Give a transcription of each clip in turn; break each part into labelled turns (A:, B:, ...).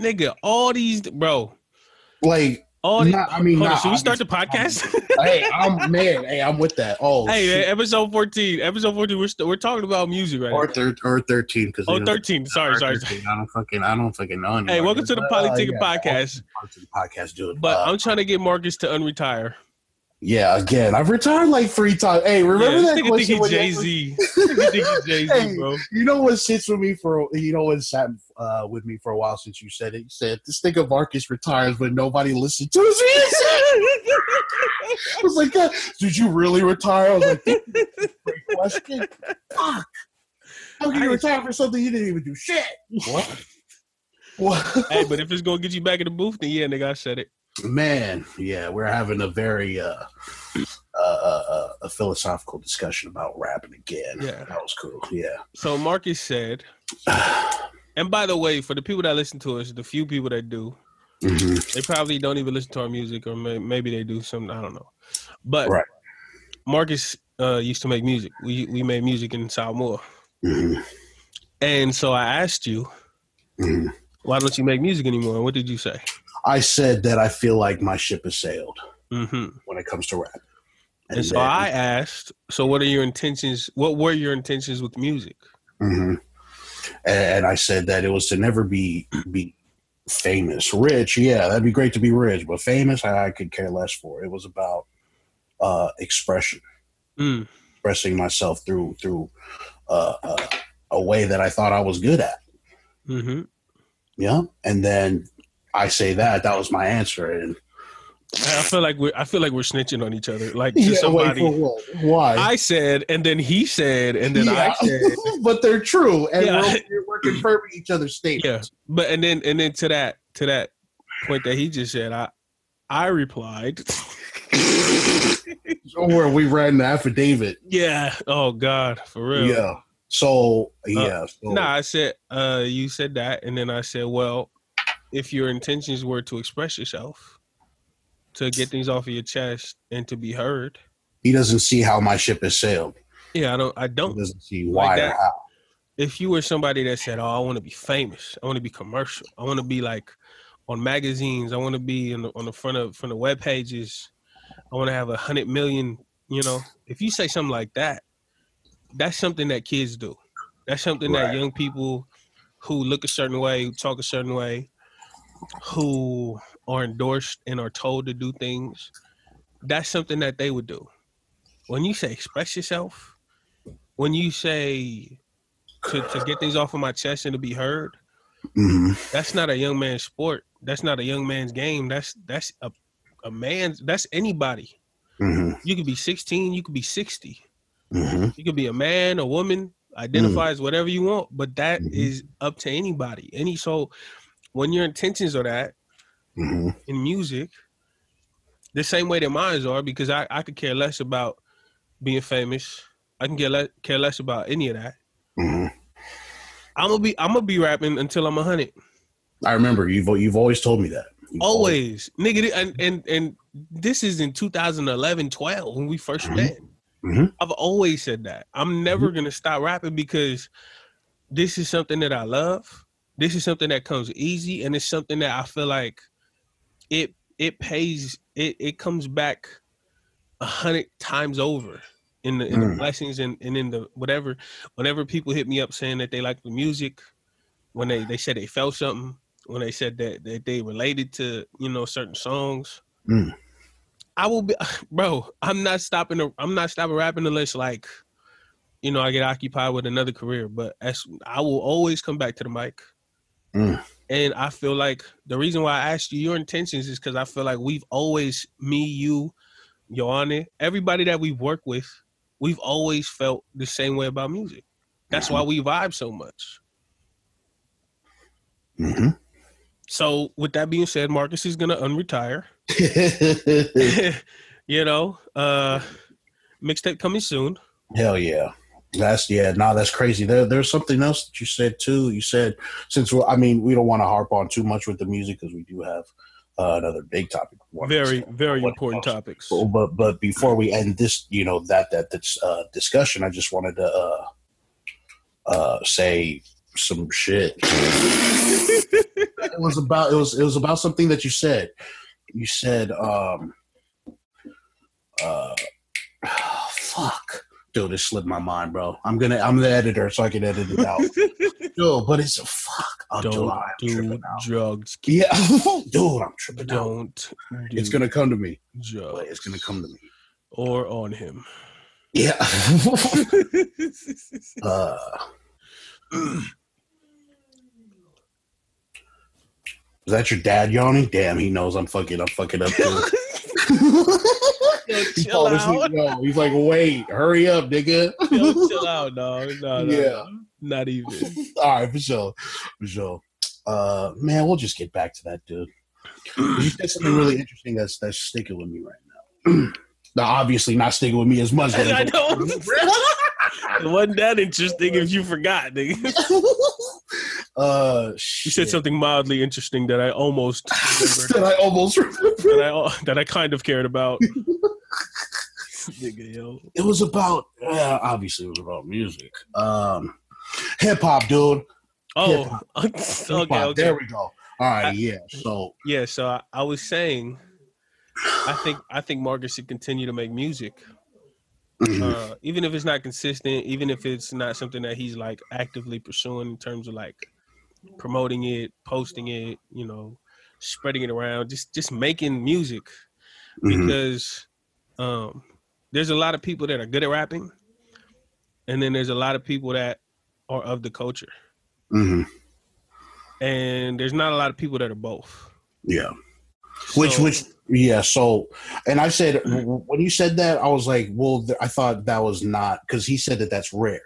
A: nigga, all these bro,
B: Like,
A: all these.
B: not- I mean,
A: Hold on,
B: not
A: should we start the
B: obvious.
A: podcast?
B: hey, I'm man. Hey, I'm with that. Oh,
A: hey, man,
B: shit.
A: episode fourteen. Episode fourteen. We're st- we're talking about music right
B: or
A: now.
B: thir- or thirteen because
A: Oh, 13. Sorry, sorry. sorry.
B: I don't fucking I don't fucking know.
A: Hey,
B: anymore.
A: welcome to the
B: Uh,
A: Politic
B: yeah,
A: Podcast.
B: welcome to the podcast, dude.
A: But
B: Uh,
A: I'm trying to get Marcus to unretire.
B: yeah, again, I've retired like three times. Hey, remember
A: Yeah,
B: that
A: this nigga
B: question?
A: think
B: when
A: he Jay Z. Jay Z,
B: Hey.
A: bro.
B: You know what sits with me for you know what sat uh, with me for a while since you said it. You said this nigga Marcus retires when nobody listens to his music. I was like, God, did you really retire? I was like, this is a great question. Fuck. How can
A: I-
B: you retire for something you didn't even do shit? What? what?
A: hey, but if it's gonna get you back in the booth, then yeah, nigga, I said it.
B: Man, yeah, we're having a very uh, uh, uh, a philosophical discussion about rapping again.
A: Yeah.
B: that was cool. Yeah.
A: So Marcus said, and by the way, for the people that listen to us, the few people that do,
B: Mhm.
A: they probably don't even listen to our music, or may, maybe they do some. I don't know. But
B: Right.
A: Marcus uh, used to make music. We we made music in Samoa,
B: Mhm.
A: and so I asked you,
B: Mhm.
A: why don't you make music anymore? And what did you say?
B: I said that I feel like my ship has sailed
A: hmm
B: when it comes to rap.
A: And so
B: then-
A: I asked, so what are your intentions? What were your intentions with music?
B: Mhm. and I said that it was to never be be famous, rich. Yeah, that'd be great to be rich, but famous, I, I could care less for. It was about uh, expression,
A: Mm,
B: expressing myself through through uh, uh, a way that I thought I was good at.
A: hmm
B: Yeah, and then I say that that was my answer. And
A: I feel like we're I feel like we're snitching on each other. Like to somebody.
B: what? Why?
A: I said, and then he said, and then I said,
B: but they're true, and
A: Yeah.
B: we're, we're- we're confirming each other's
A: yeah.
B: statements.
A: But and then and then to that to that point that he just said, I I replied,
B: Or we read an affidavit.
A: yeah. Oh God, for real.
B: Yeah. So yeah. so,
A: Nah, I said, uh, you said that, and then I said, well, if your intentions were to express yourself, to get things off of your chest and to be heard,
B: He doesn't see how my ship has sailed.
A: yeah, I don't, I
B: He
A: don't.
B: doesn't see
A: Oh, Like
B: why or
A: that.
B: how.
A: If you were somebody that said, oh, I want to be famous, I want to be commercial, I want to be like on magazines, I want to be on the, on the front of from the web pages, I want to have a hundred million, you know, if you say something like that, that's something that kids do. That's something that
B: Right.
A: young people who look a certain way, who talk a certain way, who are endorsed and are told to do things, that's something that they would do. When you say express yourself, when you say to, to get things off of my chest and to be heard,
B: Mhm.
A: that's not a young man's sport. That's not a young man's game. That's that's a a man's that's anybody.
B: Mhm.
A: You could be 16, you could be 60.
B: Mhm.
A: You could be a man, a woman, identify as whatever you want, but that is
B: Mhm.
A: up to anybody. Any so when your intentions are that
B: Mhm.
A: in music, the same way that mine are, because I, I could care less about being famous. I can care less, care less about any of that.
B: Mhm.
A: I'm gonna be I'm gonna be rapping until I'm a hundred.
B: I remember you've you've always told me that. You've
A: Always, nigga. th- And and and this is in 2011, 12 when we 1st
B: Mhm.
A: met.
B: Mhm.
A: I've always said that. I'm never gonna stop rapping because this is something that I love. This is something that comes easy, and it's something that I feel like it it pays it it comes back a hundred times over in the, in the
B: Mm.
A: blessings and, and in the whatever. Whenever people hit me up saying that they like the music, when they they said they felt something, when they said that, that they related to you know certain songs.
B: Mm.
A: I will be, bro. I'm not stopping. to- I'm not stopping rapping unless like, you know, I get occupied with another career. But as I will always come back to the mic,
B: Mm.
A: and I feel like the reason why I asked you your intentions is because I feel like we've always me, you, Yoani, everybody that we've worked with, we've always felt the same way about music. That's why we vibe so much.
B: Mhm.
A: So with that being said, Marcus is gonna unretire.
B: Mm-hmm.
A: you know, uh mixtape coming soon.
B: Hell yeah. That's yeah, no, that's crazy. There, there's something else that you said too. You said since we're, I mean, we don't want to harp on too much with the music because we do have uh, another big topic. we wanna
A: Very,
B: discuss.
A: very
B: What
A: important
B: else?
A: topics.
B: But, but but before we end this, you know that that this uh, discussion, I just wanted to uh, uh, say some shit. it was about it was it was about something that you said. You said, um, uh, fuck, dude, it slipped my mind, bro. I'm gonna I'm the editor, so I can edit it out. dude, but it's fuck. Oh,
A: Don't
B: dude, I'm
A: do
B: tripping out.
A: drugs. kid.
B: Yeah, dude, I'm tripping out.
A: Don't do
B: It's gonna come to me.
A: drugs.
B: But it's gonna come to me.
A: or on him.
B: Yeah. uh, is that your dad yawning? Damn, he knows I'm fucking. I'm fucking up. Too. he
A: chill
B: called us-
A: out.
B: no, he's like, wait, hurry up, nigga.
A: Yo, chill out, uh. dog. No, no,
B: Yeah.
A: no. not even.
B: All right, for sure, for sure. Uh, man, we'll just get back to that, dude. You said something really interesting that's that's sticking with me right now. now, obviously, not sticking with me as much.
A: I
B: As
A: know. It wasn't that interesting if you forgot, nigga.
B: uh,
A: You said something mildly interesting that I almost
B: that
A: remembered,
B: I almost remembered.
A: that I al- that I kind of cared about. nigga, yo.
B: it was about uh, obviously it was about music um hip hop dude
A: Oh,
B: Hip-hop.
A: okay, okay.
B: there we go all right
A: I-
B: yeah so
A: Yeah, so I, I was saying, I think I think Marcus should continue to make music.
B: mhm.
A: uh, even if it's not consistent, even if it's not something that he's like actively pursuing in terms of like promoting it, posting it, you know, spreading it around, just just making music
B: Mhm.
A: because um, there's a lot of people that are good at rapping, and then there's a lot of people that are of the culture,
B: Mhm.
A: and there's not a lot of people that are both.
B: yeah which
A: So-
B: which yeah so and i said w- w- when you said that i was like well th- i thought that was not because he said that that's rare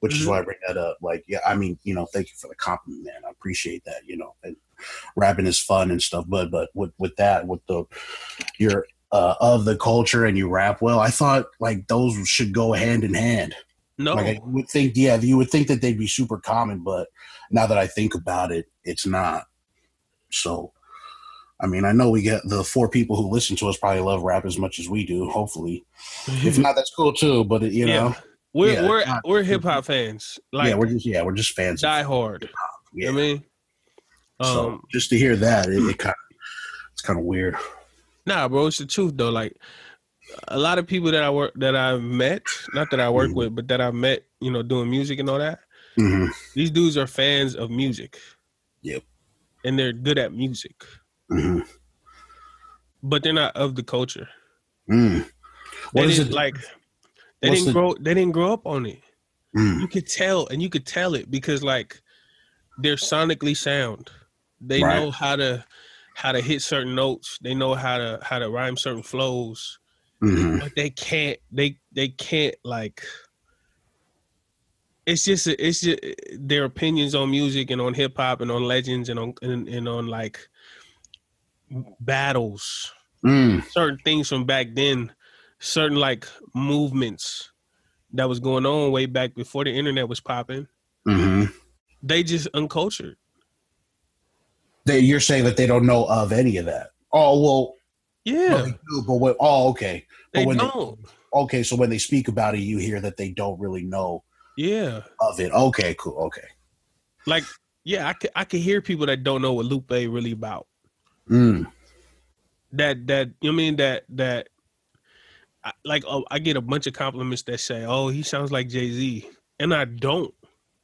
B: which is
A: Mhm.
B: why i bring that up like yeah i mean you know thank you for the compliment man i appreciate that you know and rapping is fun and stuff but but with with that with the you're uh, of the culture and you rap well i thought like those should go hand in hand
A: no,
B: like i would think yeah you would think that they'd be super common but now that i think about it it's not so i mean i know we get the four people who listen to us probably love rap as much as we do hopefully if not that's cool too but you know
A: Hmm. Yeah. we're
B: yeah,
A: we're
B: it's not-
A: we're hip hop fans, like
B: yeah we're just yeah we're just fans of-
A: die hard. You
B: yeah.
A: know what I mean,
B: so
A: um,
B: just to hear that it, it kind of it's kind of weird
A: Nah, bro, it's the truth though. Like a lot of people that I work that I've met, not that I work
B: Mhm.
A: with, but that I've met, you know, doing music and all that.
B: hmm
A: These dudes are fans of music.
B: Yep.
A: And they're good at music,
B: hmm
A: but they're not of the culture.
B: Mm.
A: They
B: What is
A: didn't,
B: it
A: like they
B: what's
A: didn't
B: the-
A: grow they didn't grow up on it.
B: Mm.
A: You could tell and you could tell it because like they're sonically sound. They
B: Right.
A: know how to how to hit certain notes. They know how to how to rhyme certain flows.
B: hmm
A: but they can't they they can't like it's just it's just their opinions on music and on hip hop and on legends and on and, and on like battles
B: Mm.
A: certain things from back then certain like movements that was going on way back before the internet was popping
B: hmm
A: they just uncultured
B: They, you're saying that they don't know of any of that oh well
A: yeah
B: But, they do, but when, oh, okay. But
A: they
B: when they-
A: don't
B: okay, so when they speak about it, you hear that they don't really know
A: yeah
B: of it. Okay, cool. Okay.
A: like yeah i could i could hear people that don't know what lupe really about
B: Mm,
A: that that you know what I mean that that I, like oh, I get a bunch of compliments that say, "Oh, he sounds like Jay Z," and I don't.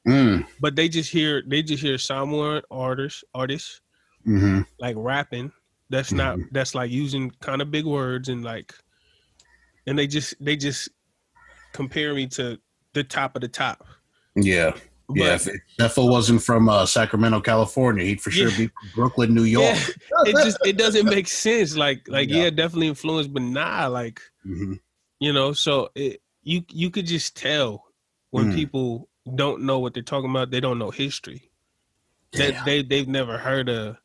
B: mm,
A: But they just hear they just hear someone artists artists
B: mm-hmm,
A: like rapping that's not that's like using kind of big words and like, and they just they just compare me to the top of the top.
B: Yeah.
A: But,
B: Yeah. If, if Defo wasn't from uh, Sacramento, California, he'd for sure
A: Yeah.
B: be from Brooklyn, New York.
A: yeah, it just it doesn't make sense. Like like
B: Yeah.
A: yeah, definitely influenced, but nah, like
B: Mhm.
A: you know so it, you you could just tell when
B: Mm.
A: people don't know what they're talking about they don't know history
B: Yeah.
A: that they, they've never heard of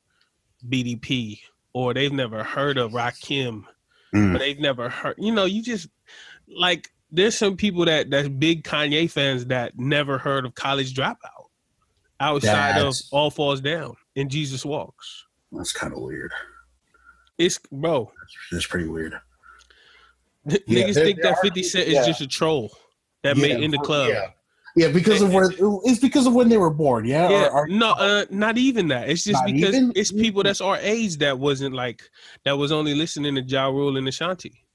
A: bdp or they've never heard of rakim
B: Mm,
A: or they've never heard you know you just like there's some people that that's big kanye fans that never heard of college dropout outside
B: That's-
A: of all falls down and jesus walks
B: That's kind of weird.
A: it's bro
B: That's pretty weird.
A: niggas
B: there-
A: think
B: there
A: that
B: are
A: 50
B: people-
A: cent
B: yeah.
A: is just a troll that
B: Yeah,
A: made in the
B: for-
A: club
B: yeah. Yeah, because of where it's because of when they were born. Yeah,
A: Yeah,
B: Or- or-
A: no, uh, not even that. It's just
B: Not
A: because
B: even? Mm.
A: it's people that's our age that wasn't like that was only listening to Ja Rule and Ashanti,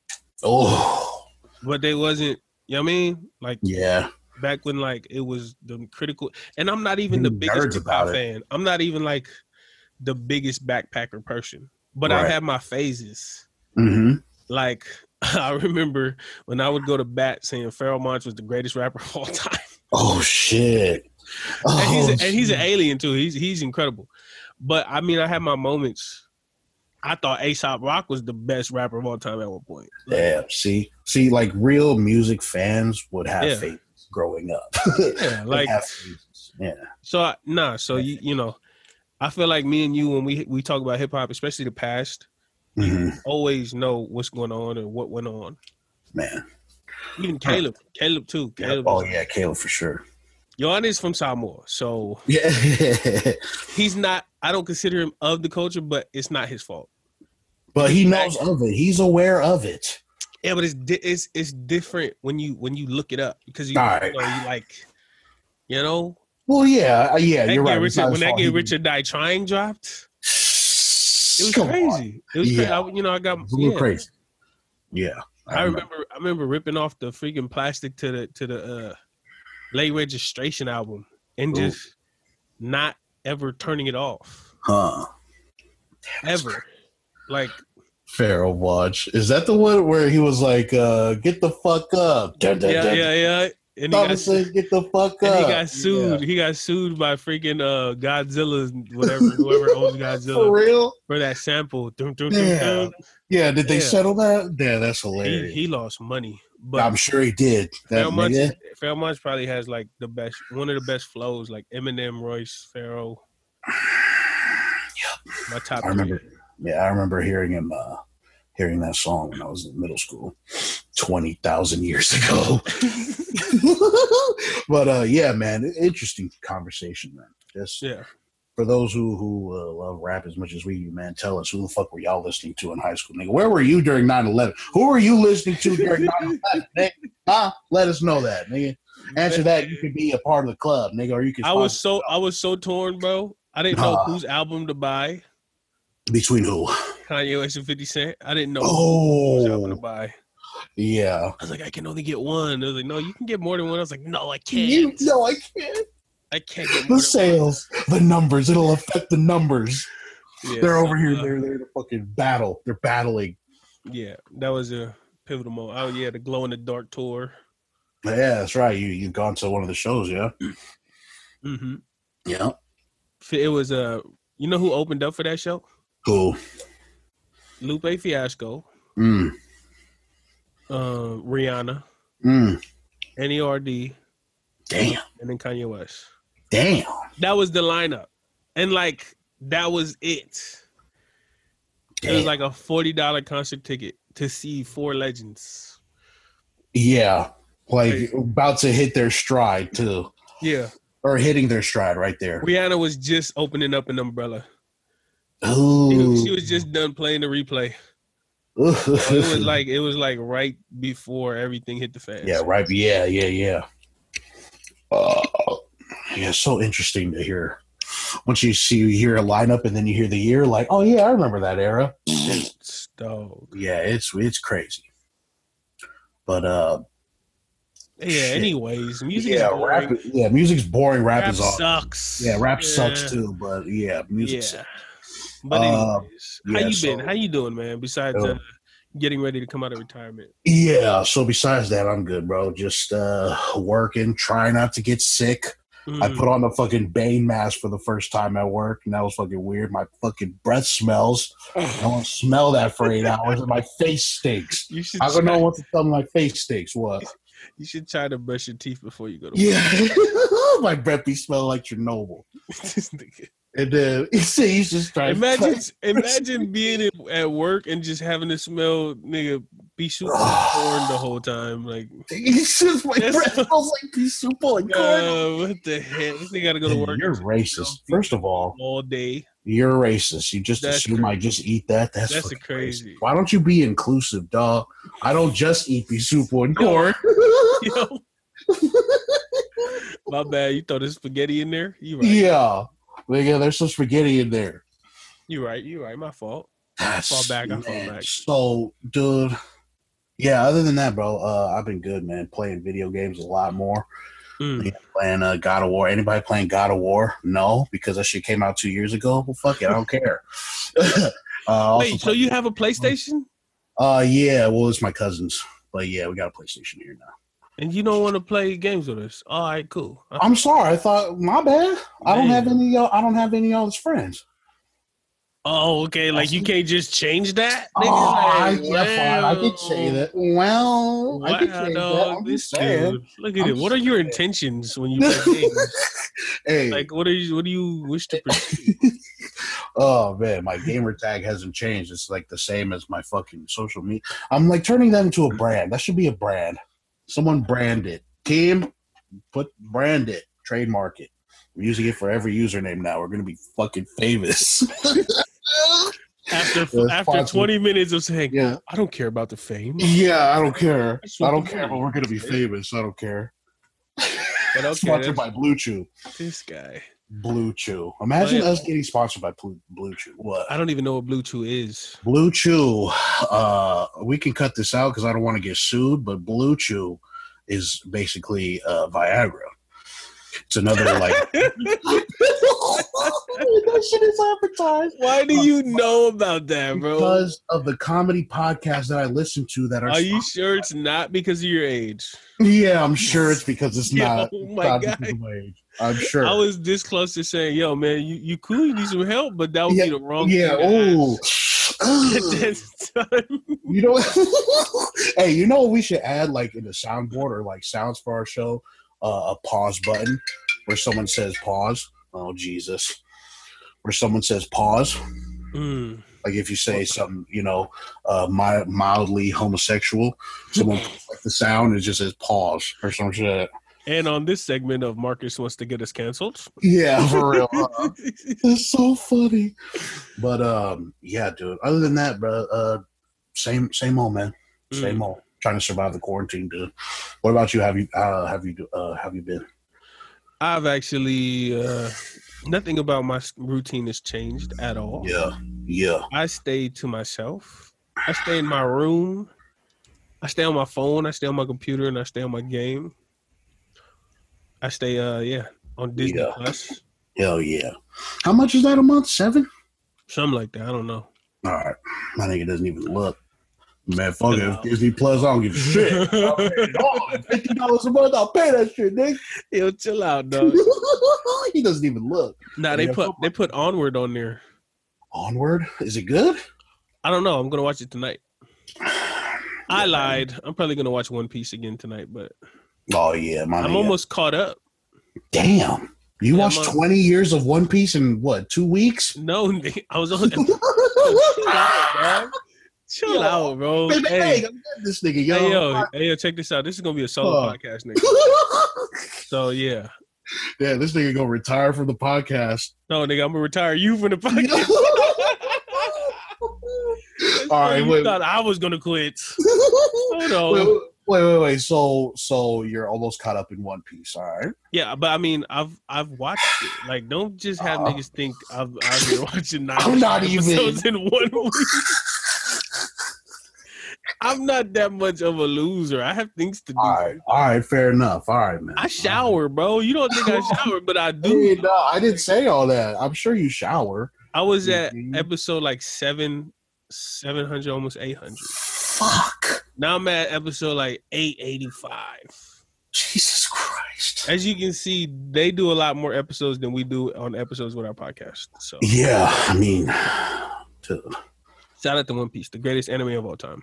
B: oh,
A: but they wasn't. You know what I mean? Like
B: yeah.
A: back when like it was the critical, and I'm not even the
B: Mm, Nerds
A: biggest
B: about
A: Tupac
B: it.
A: fan. I'm not even like the biggest backpacker person, but I
B: Right.
A: have my phases.
B: Mm-hmm.
A: Like I remember when I would go to bat saying Pharrell Monch was the greatest rapper of all time,
B: Oh shit.
A: and he's,
B: Oh,
A: and he's an
B: shit.
A: alien too. He's he's incredible, but I mean I had my moments. I thought Aesop Rock was the best rapper of all time at one point. Like,
B: Yeah, see, see, like real music fans would have
A: Yeah.
B: favorites growing up.
A: yeah,
B: Would
A: like
B: have favorites. yeah,
A: So I, nah, so you you know, I feel like me and you when we we talk about hip hop, especially the past,
B: Mhm.
A: always know what's going on and what went on.
B: man.
A: Even Caleb, Caleb too. Caleb,
B: Oh yeah, Caleb for sure.
A: Giannis from Samoa, so
B: Yeah,
A: he's not. I don't consider him of the culture, but it's not his fault.
B: but he knows of it. He's aware of it.
A: Yeah, but it's di- it's it's different when you when you look it up because you,
B: Alright.
A: you, know, you like, you know,
B: Well, yeah, uh, yeah,
A: that
B: you're
A: get
B: right. It's
A: Richard,
B: not
A: when
B: his
A: that
B: fault.
A: get
B: He-
A: Richard Die Trying dropped, it was
B: Come on.
A: crazy. It was crazy.
B: Yeah.
A: I, you know, I got
B: It's a little
A: yeah.
B: crazy. Yeah,
A: I remember I remember ripping off the freaking plastic to the to the uh late registration album and
B: Ooh.
A: just not ever turning it off.
B: Huh.
A: Ever. Like
B: Pharaoh Watch. Is that the one where he was like, uh, get the fuck up? Dun, dun,
A: yeah,
B: dun.
A: yeah, yeah. And he, got,
B: Thomas said, get the fuck
A: and
B: up.
A: he got sued. He got sued by freaking uh Godzilla whatever whoever owns
B: Yeah. For
A: Godzilla
B: real?
A: for that sample. Dum, dum, dum,
B: Yeah.
A: dum.
B: Yeah, did they
A: Yeah.
B: settle that? Yeah, that's
A: He,
B: hilarious.
A: he lost money.
B: I'm
A: But
B: sure he did. That
A: Pharaoh Monch,
B: nigga.
A: Pharaoh Monch probably has like the best one of the best flows like Eminem, Royce, Pharaoh. My top
B: I
A: three.
B: remember. Yeah, I remember hearing him uh, hearing that song when I was in middle school, twenty thousand years ago. but uh, yeah, man, interesting conversation, man. Just
A: Yeah.
B: for those who who uh, love rap as much as we do, man, tell us who the fuck were y'all listening to in high school, nigga? Where were you during 9-11? Who were you listening to during 9-11, nigga? Huh? Let us know that, nigga. Answer that. You could be a part of the club, nigga, or you can.
A: I was so I was so torn, bro. I didn't know whose album to buy.
B: between who?
A: Kanye West and 50 Cent. I didn't know whose album to
B: Oh,
A: buy.
B: yeah.
A: I was like, I can only get one. They was like, no, you can get more than one. I was like, no, I can't.
B: You know I can't.
A: I can't get more
B: The
A: than
B: sales, the numbers, it'll affect the numbers.
A: one. Yeah,
B: They're over
A: so,
B: here.
A: uh,
B: They're they're in a fucking battle. They're battling.
A: Yeah, that was a pivotal moment. Oh yeah, the glow in the dark tour.
B: Yeah, that's right. You you've gone to one of the shows, yeah. Mm-hmm.
A: hmm
B: Yeah.
A: It was uh, you know who opened up for that show?
B: Cool.
A: Lupe Fiasco,
B: Mm.
A: uh, Rihanna,
B: Mm.
A: N.E.R.D.,
B: Damn.
A: and then Kanye West.
B: Damn.
A: That was the lineup, and like that was it. It was
B: Damn.
A: like a forty dollar concert ticket to see four legends.
B: yeah. Like
A: Crazy.
B: about to hit their stride too,
A: Yeah,
B: or hitting their stride right there.
A: Rihanna was just opening up an umbrella. She,
B: Ooh.
A: was- she was just done playing the replay. So it was like it was like right before everything hit the fan.
B: Yeah, right. Yeah, yeah, yeah. Uh, yeah, so interesting to hear. Once you see you hear a lineup and then you hear the year, like, oh yeah, I remember that era.
A: Dog.
B: Yeah, it's it's crazy. But uh,
A: Yeah.
B: Shit.
A: Anyways, music.
B: yeah,
A: is boring.
B: rap. Yeah, music's boring. Rap,
A: Rap
B: is awesome.
A: sucks.
B: Yeah, rap sucks too. But yeah, music.
A: Yeah.
B: sucks.
A: But
B: Uh,
A: anyways, how
B: yeah,
A: you been?
B: so-
A: How you doing, man? Besides
B: Oh.
A: uh, getting ready to come out of retirement.
B: Yeah. So besides that, I'm good, bro. Just uh working, trying not to get sick. I
A: Mm.
B: put on the fucking Bane mask for the first time at work, and that was fucking weird. My fucking breath smells. I won't smell that for eight hours, and my face stinks.
A: you should.
B: I don't
A: try-
B: know what to tell them my face stinks. What?
A: You should try to brush your teeth before you go to work.
B: Yeah, my breath be smelling like Chernobyl.
A: This nigga.
B: And then he said he's just trying.
A: Imagine, imagine being in- at work and just having to smell nigga be shooting corn the whole time. Like,
B: he's just my
A: Yes.
B: breath smells like pea soup and corn.
A: uh, what the heck? This nigga gotta go to work
B: You're racist. First of all,
A: all day.
B: you're racist. You just
A: That's
B: assume
A: crazy.
B: I just eat that. That's,
A: That's
B: fucking
A: crazy.
B: Why don't you be inclusive, dog? I don't just eat pea soup and corn.
A: Yo. My bad. You throw the spaghetti in there. You right.
B: Yeah. Nigga, there's some spaghetti in there.
A: You right. You right. My fault.
B: That's,
A: fall back, I fall
B: man,
A: back.
B: So, dude, yeah. Other than that, bro, uh, I've been good, man. Playing video games a lot more.
A: Mm.
B: Playing uh, God of War. Anybody playing God of War? No, because that shit came out two years ago. Well, fuck it, I don't care. uh, also
A: Wait. So you have a PlayStation
B: uh, yeah. Well, it's my cousins, but yeah, we got a PlayStation here now.
A: and you don't want to play games with us? All right. Cool. Uh,
B: I'm sorry. I thought my bad. I don't have
A: Man.
B: any. of Y'all, I don't have any of y'all's friends.
A: Oh, okay. Like you can't just change that.
B: Oh,
A: Nigga,
B: I,
A: Like,
B: yeah, fine. I can say
A: well,
B: that. Well,
A: Wow,
B: I can say that.
A: dog,
B: I'm
A: this
B: just saying.
A: dude. Look at
B: I'm
A: it. What are
B: just
A: your
B: saying.
A: intentions when you play games?
B: Hey,
A: Like, what are you? What do you wish to? Pursue?
B: oh man, my gamer tag hasn't changed. It's like the same as my fucking social media. I'm like turning that into a brand. That should be a brand. Someone brand it. Team, put brand it. Trademark it. We're using it for every username now. We're gonna be fucking famous.
A: After
B: That's
A: after
B: possible.
A: 20 minutes of saying,
B: yeah.
A: I don't care about the fame,
B: Yeah, I don't care.
A: That's
B: I
A: what
B: don't
A: I'm
B: care, but
A: saying.
B: we're gonna be famous. I don't care.
A: but okay, that's
B: Sponsored by Blue Chew.
A: this guy.
B: Blue Chew. Imagine
A: Oh, yeah.
B: us getting sponsored by Blue Blue Chew. What?
A: I don't even know what Blue Chew is.
B: Blue Chew, uh, we can cut this out because I don't want to get sued, but Blue Chew is basically uh, Viagra. It's another like. that shit is advertised.
A: Why do you know about that, bro?
B: Because of the comedy podcasts that I listen to that are.
A: are you sure it's not because of your age?
B: yeah, I'm sure it's because it's
A: Yo,
B: not.
A: oh
B: it's
A: my
B: not
A: God.
B: because of my age. I'm sure.
A: I was this close to saying, "Yo, man, you, you cool? You need some help," but that would
B: Yeah,
A: be the wrong.
B: yeah.
A: thing to
B: Oh.
A: ask. At this time.
B: You know, hey, you know what we should add like in the soundboard or like sounds for our show, uh, a pause button where someone says pause. Oh Jesus, where someone says pause.
A: Mm.
B: Like if you say something, you know, uh, mi- mildly homosexual, someone puts, like the sound it just says pause or some shit.
A: And on this segment of Marcus wants to get us canceled.
B: Yeah, for real. Uh, it's so funny. But um, yeah, dude. Other than that, bro, uh, same same old man. Same
A: Mm.
B: old. Trying to survive the quarantine, dude. What about you? Have you uh, have you uh, have you been?
A: I've actually uh, nothing about my s- routine has changed at all.
B: Yeah, yeah.
A: I stay to myself. I stay in my room. I stay on my phone. I stay on my computer, and I stay on my game. I stay, uh, yeah, on Disney
B: Yeah.
A: Plus,
B: Hell yeah. How much is that a month? Seven.
A: something like that. I don't know.
B: All right. My nigga doesn't even look. Man, fuck it.
A: No.
B: If Disney Plus, I don't give a shit. I'll pay it all. Fifty dollars a month, I'll pay that shit, nigga.
A: Yo, chill out, dog.
B: he doesn't even look.
A: nah, they
B: Yeah.
A: put they put Onward on there.
B: Onward, is it good?
A: I don't know. I'm gonna watch it tonight. I lied. I'm probably gonna watch One Piece again tonight, but
B: Oh yeah, my
A: I'm
B: nigga.
A: almost caught up.
B: damn. You
A: Yeah,
B: watched
A: I'm on-
B: twenty years of One Piece in what two weeks?
A: No, nigga, I was on. chill out, dog. Chill
B: Yo.
A: out, bro.
B: Hey, hey,
A: Hey,
B: I'm getting this nigga, yo.
A: hey, yo, hey, yo, check this out. This is gonna be a solo
B: Fuck.
A: podcast, nigga. So yeah,
B: yeah, this nigga gonna retire from the podcast.
A: no, nigga, I'm gonna retire you from the podcast.
B: All right,
A: you
B: wait.
A: thought I was gonna quit. Hold on.
B: wait, wait, wait, wait. So, so you're almost caught up in One Piece, all right?
A: Yeah, but I mean, I've I've watched it. Like, don't just have
B: Uh,
A: niggas think I've I've been watching 9
B: I'm not even-
A: episodes in one week. I'm not that much of a loser. I have things to do.
B: All right, all right, fair enough. All right, man.
A: I shower, bro. You don't think I shower, but I
B: All right. Hey,
A: do.
B: no, I didn't say all that. I'm sure you shower.
A: I was at
B: Mhm.
A: episode like seven, seven hundred, almost eight hundred.
B: Fuck,
A: Now I'm at episode like eight eighty five.
B: Jesus Christ.
A: As you can see, they do a lot more episodes than we do on episodes with our podcast. So
B: Yeah, I mean, dude.
A: shout out to One Piece, the greatest anime of all time.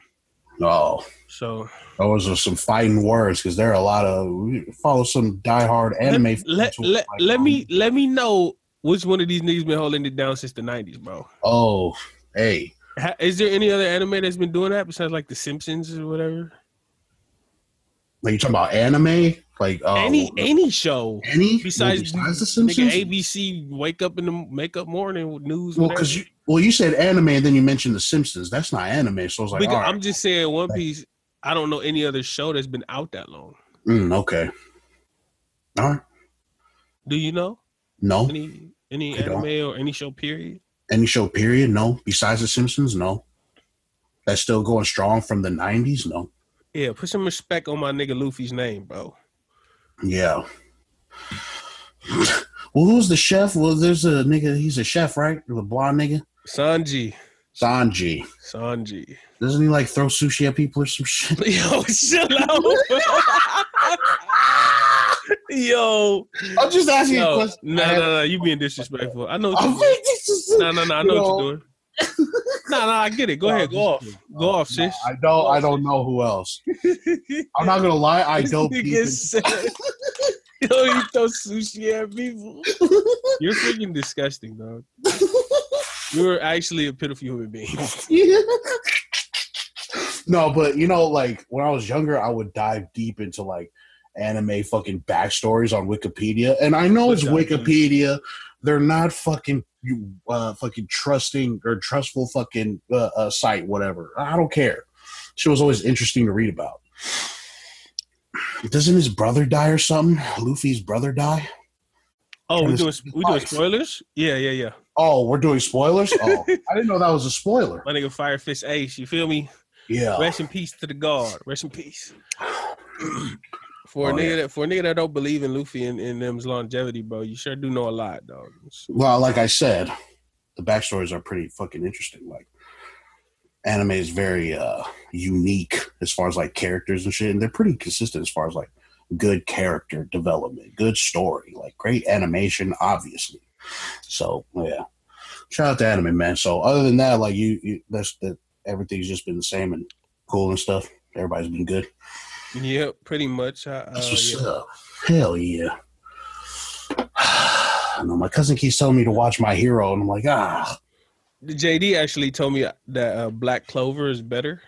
B: Oh,
A: So
B: Those are some fighting words because there are a lot of we follow some diehard
A: let,
B: anime.
A: let,
B: fans who
A: let,
B: like,
A: let
B: um,
A: me let me know which one of these niggas been holding it down since the nineties, bro.
B: Oh, hey,
A: Ha- Is there any other anime that's been doing that besides like The Simpsons or whatever?
B: like you talking about anime? Like uh,
A: any any show
B: any
A: besides,
B: besides the
A: nigga
B: Simpsons?
A: ABC wake up in the make up morning with news.
B: well,
A: whatever.
B: because you well you said anime and then you mentioned the Simpsons. That's not anime, so I was like,
A: Because
B: all right.
A: I'm just saying One Piece. I don't know any other show that's been out that long.
B: Mm, okay, all right.
A: Do you know
B: No.
A: any any
B: I don't.
A: anime or any show? Period.
B: Any show period? No. Besides The Simpsons? No. That's still going strong from the 90s? No.
A: Yeah, put some respect on my nigga Luffy's name, bro.
B: Yeah. well, who's the chef? Well, there's a nigga. He's a chef, right? The blonde nigga.
A: Sanji,
B: Sanji.
A: Sanji.
B: Doesn't he like throw sushi at people or some shit?
A: Yo, chill out. Yo,
B: I'm just asking a
A: no, no,
B: question.
A: no, no, you being disrespectful. I know. What
B: I
A: you're
B: think
A: doing.
B: this is-
A: No, no, no. I know what
B: No.
A: you're doing. No, no, I get it. Go
B: No,
A: ahead. Go off.
B: just kidding.
A: Go off,
B: No,
A: sis.
B: I don't. I don't know who else. I'm not gonna lie. I don't.
A: This
B: peep
A: nigga
B: in-
A: said- Yo, you throw sushi at people. You're freaking disgusting, dog. You're actually a pitiful human being.
B: no, but you know, like when I was younger, I would dive deep into like anime fucking backstories on Wikipedia, and I know it's
A: Good job,
B: Wikipedia. They're not fucking you, uh, fucking trusting or trustful fucking uh, uh, site, whatever. I don't care. She was always interesting to read about. Doesn't his brother die or something? Luffy's brother die?
A: Oh, we
B: This
A: doing we doing
B: life.
A: spoilers? Yeah, yeah, yeah.
B: Oh, we're doing spoilers. Oh, I didn't know that was a spoiler.
A: My nigga Fire Fist Ace, you feel me?
B: Yeah.
A: Rest in peace to the guard. Rest in peace. For a
B: Oh,
A: nigga
B: yeah.
A: that for a nigga that don't believe in Luffy and, and them's longevity, bro, you sure do know a lot, dog.
B: Well, like I said, the backstories are pretty fucking interesting. Like, anime is very uh, unique as far as like characters and shit, and they're pretty consistent as far as like good character development, good story, like great animation, obviously. So yeah, shout out to anime man. So other than that, like you, you that's that everything's just been the same and cool and stuff. Everybody's been good.
A: Yep, pretty much. I, uh,
B: That's what's
A: yeah.
B: up. Hell yeah. No, my cousin keeps telling me to watch My Hero, and I'm like, ah,
A: JD actually told me that uh, Black Clover is better.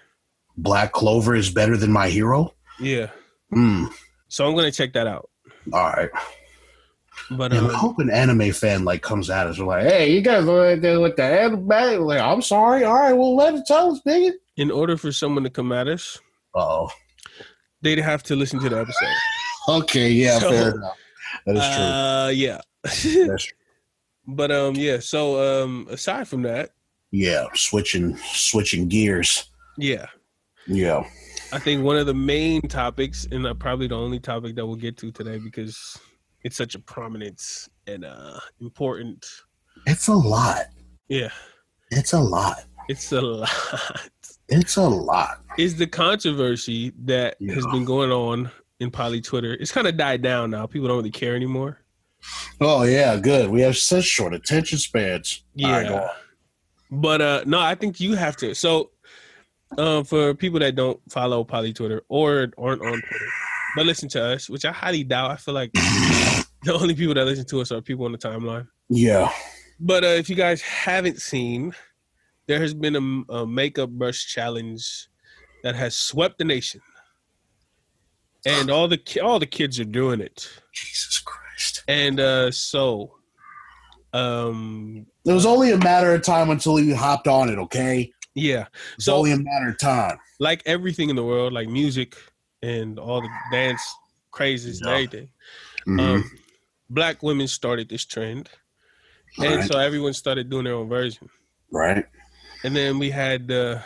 B: Black Clover is better than My Hero.
A: Yeah.
B: Hmm.
A: So I'm gonna check that out.
B: All right.
A: But
B: Man, I
A: um,
B: hope an anime fan like comes at us. We're like, hey, you guys over there with the anime? Like, I'm sorry. All right, well, let it tell us, nigga.
A: in order for someone to come at us,
B: Oh,
A: they'd have to listen to the episode.
B: okay, yeah,
A: So-
B: fair enough. That is true.
A: Uh, yeah.
B: That's true.
A: But um, yeah. So um, aside from that,
B: Yeah, switching, switching gears.
A: yeah,
B: Yeah.
A: I think one of the main topics, and uh, probably the only topic that we'll get to today, because it's such a prominent and uh important.
B: It's a lot.
A: Yeah,
B: It's a lot.
A: it's a lot.
B: It's a lot.
A: Is the controversy that has
B: Yeah.
A: been going on in poly Twitter? It's kind of died down now. People don't really care anymore.
B: Oh yeah, good. We have such short attention spans. All right, go on.
A: But uh no, I think you have to. So um for people that don't follow Poly Twitter or aren't on Twitter, but listen to us, which I highly doubt. I feel like the only people that listen to us are people on the timeline.
B: Yeah.
A: But uh, if you guys haven't seen, there has been a, a makeup brush challenge that has swept the nation. And all the ki- all the kids are doing it.
B: Jesus Christ.
A: And uh so um
B: It was only a matter of time until he hopped on it. Okay.
A: yeah.
B: It's
A: So- Um,
B: only a matter of time.
A: like everything in the world, like music and all the dance crazes
B: Yeah. Mm-hmm.
A: and everything. Um, black women started this trend, and
B: Right.
A: so everyone started doing their own version.
B: right.
A: And then we had uh,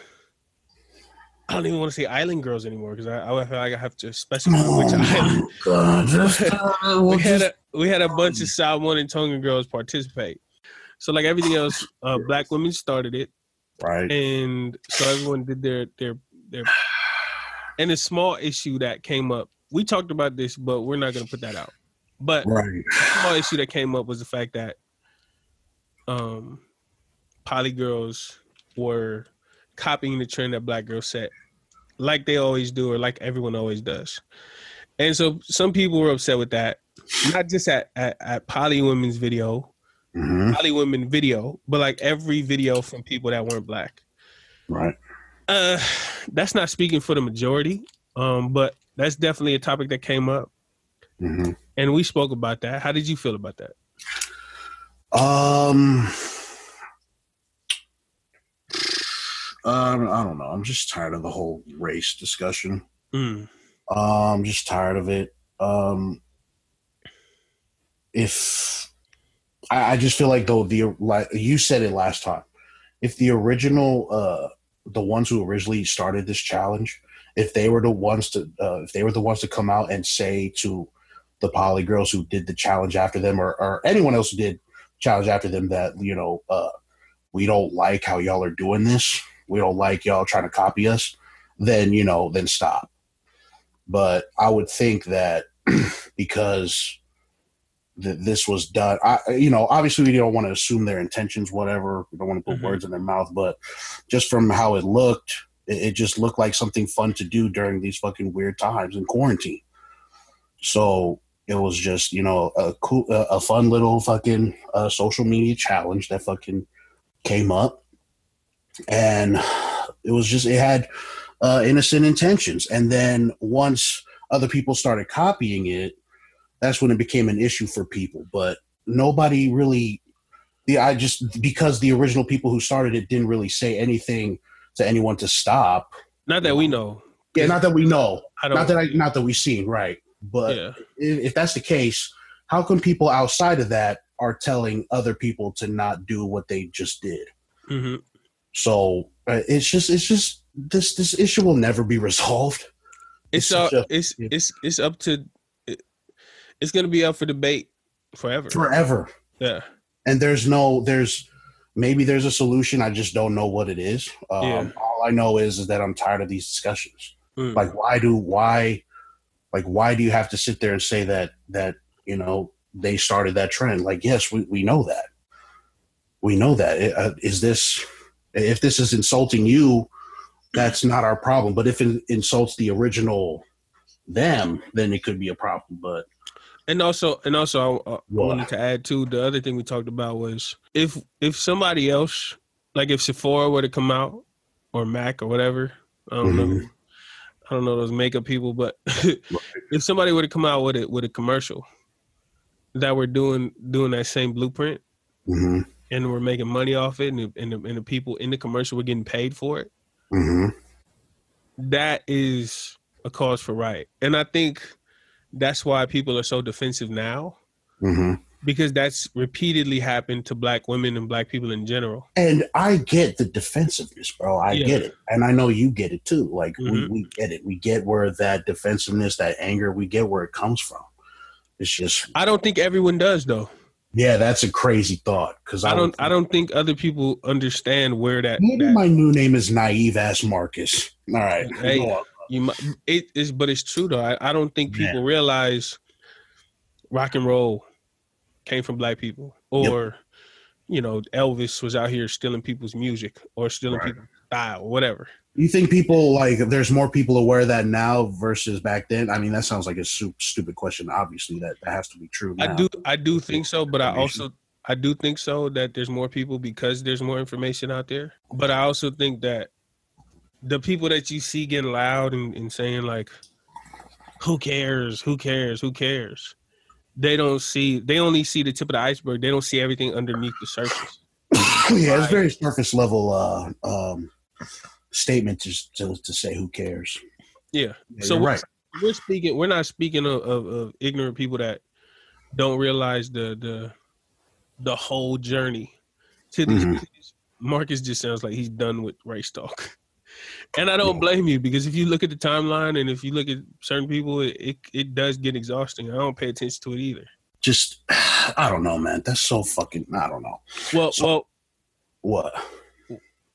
A: I don't even want to say island girls anymore because I, I would feel like I have to specify which island.
B: Oh, God. Just, uh, we'll
A: We had
B: just-
A: a, we had a bunch of Samoan and Tongan girls participate. So like everything else, uh, black women started it.
B: right.
A: and so everyone did their their their and a small issue that came up we talked about this but we're not going to put that out but
B: Right.
A: the small issue that came up was the fact that um poly girls were copying the trend that black girls set like they always do or like everyone always does and so some people were upset with that not just at at, at poly women's video
B: hmm
A: poly women video but like every video from people that weren't black
B: Right.
A: uh, that's not speaking for the majority, um, but that's definitely a topic that came up,
B: hmm
A: and we spoke about that. How did you feel about that?
B: Um, um, I don't know. I'm just tired of the whole race discussion.
A: Mm.
B: Uh, I'm just tired of it. Um, if I, I just feel like though the like you said it last time, if the original uh the ones who originally started this challenge, if they were the ones to uh, if they were the ones to come out and say to the poly girls who did the challenge after them or, or anyone else who did challenge after them that you know uh, we don't like how y'all are doing this we don't like y'all trying to copy us then you know then stop but i would think that because th- this was done i you know obviously we don't want to assume their intentions whatever we don't want to put
A: Mhm.
B: words in their mouth but just from how it looked it, it just looked like something fun to do during these fucking weird times in quarantine so it was just you know a cool a, a fun little fucking uh, social media challenge that fucking came up and it was just it had uh, innocent intentions and then once other people started copying it that's when it became an issue for people but nobody really the i just because the original people who started it didn't really say anything to anyone to stop
A: Not that we know.
B: yeah not that we know
A: I don't.
B: not that i not that we seen right but
A: yeah.
B: if, if that's the case, how come people outside of that are telling other people to not do what they just did?
A: hmm
B: So uh, it's just it's just this this issue will never be resolved.
A: It's
B: It's
A: uh,
B: such a-
A: it's
B: yeah.
A: it's it's up to. It, it's gonna be up for debate forever.
B: forever.
A: Yeah.
B: And there's no there's maybe there's a solution. I just don't know what it is. Um,
A: Yeah.
B: All I know is is that I'm tired of these discussions.
A: Mm.
B: like why do why like why do you have to sit there and say that that you know they started that trend like yes we, we know that we know that It- uh, is this if this is insulting you that's not our problem but if it insults the original them then it could be a problem but
A: And also, and also, I, I
B: Why?
A: wanted to add too. The other thing we talked about was if if somebody else, like if Sephora were to come out or Mac or whatever, I don't
B: Mm-hmm.
A: know, I don't know those makeup people, but if somebody were to come out with it with a commercial that were doing doing that same blueprint
B: mhm,
A: and we're making money off it, and the, and the, and the people in the commercial were getting paid for it,
B: mhm.
A: that is a cause for riot. And I think that's why people are so defensive now.
B: Mhm.
A: because that's repeatedly happened to black women and black people in general.
B: and i get the defensiveness bro i
A: Yeah.
B: get it and i know you get it too like we,
A: Mhm.
B: we get it we get where that defensiveness that anger we get where it comes from it's just
A: I don't think everyone does though.
B: Yeah, that's a crazy thought. Because
A: I don't. I don't think other people understand where that.
B: Maybe
A: that
B: my new name is naive ass Marcus. All right,
A: Hey.
B: go on.
A: you might, it is, but it's true though. I, I don't think people realize rock and roll came from black people, or you know, Elvis was out here stealing people's music or stealing
B: Right.
A: people's style, whatever.
B: you think people like there's more people aware of that now versus back then? I mean, that sounds like a su- stupid question. Obviously, that, that has to be true. Now.
A: I do. I do think so, but I
B: Information.
A: also I do think so that there's more people because there's more information out there. But I also think that the people that you see getting loud and, and saying like, "Who cares? Who cares? Who cares?" They don't see. They only see the tip of the iceberg. They don't see everything underneath the surface.
B: yeah, it's very surface level uh, um, statement to, to to say who cares.
A: Yeah.
B: Yeah,
A: So
B: you're
A: we're- We're speaking. We're not speaking of, of, of ignorant people that don't realize the the the whole journey to these
B: Mhm.
A: Marcus just sounds like he's done with race talk. And I don't blame you because if you look at the timeline and if you look at certain people, it, it, it does get exhausting. I don't pay attention to it either.
B: Just I don't know, man. That's so fucking I don't know
A: Well,
B: So-
A: well,
B: what.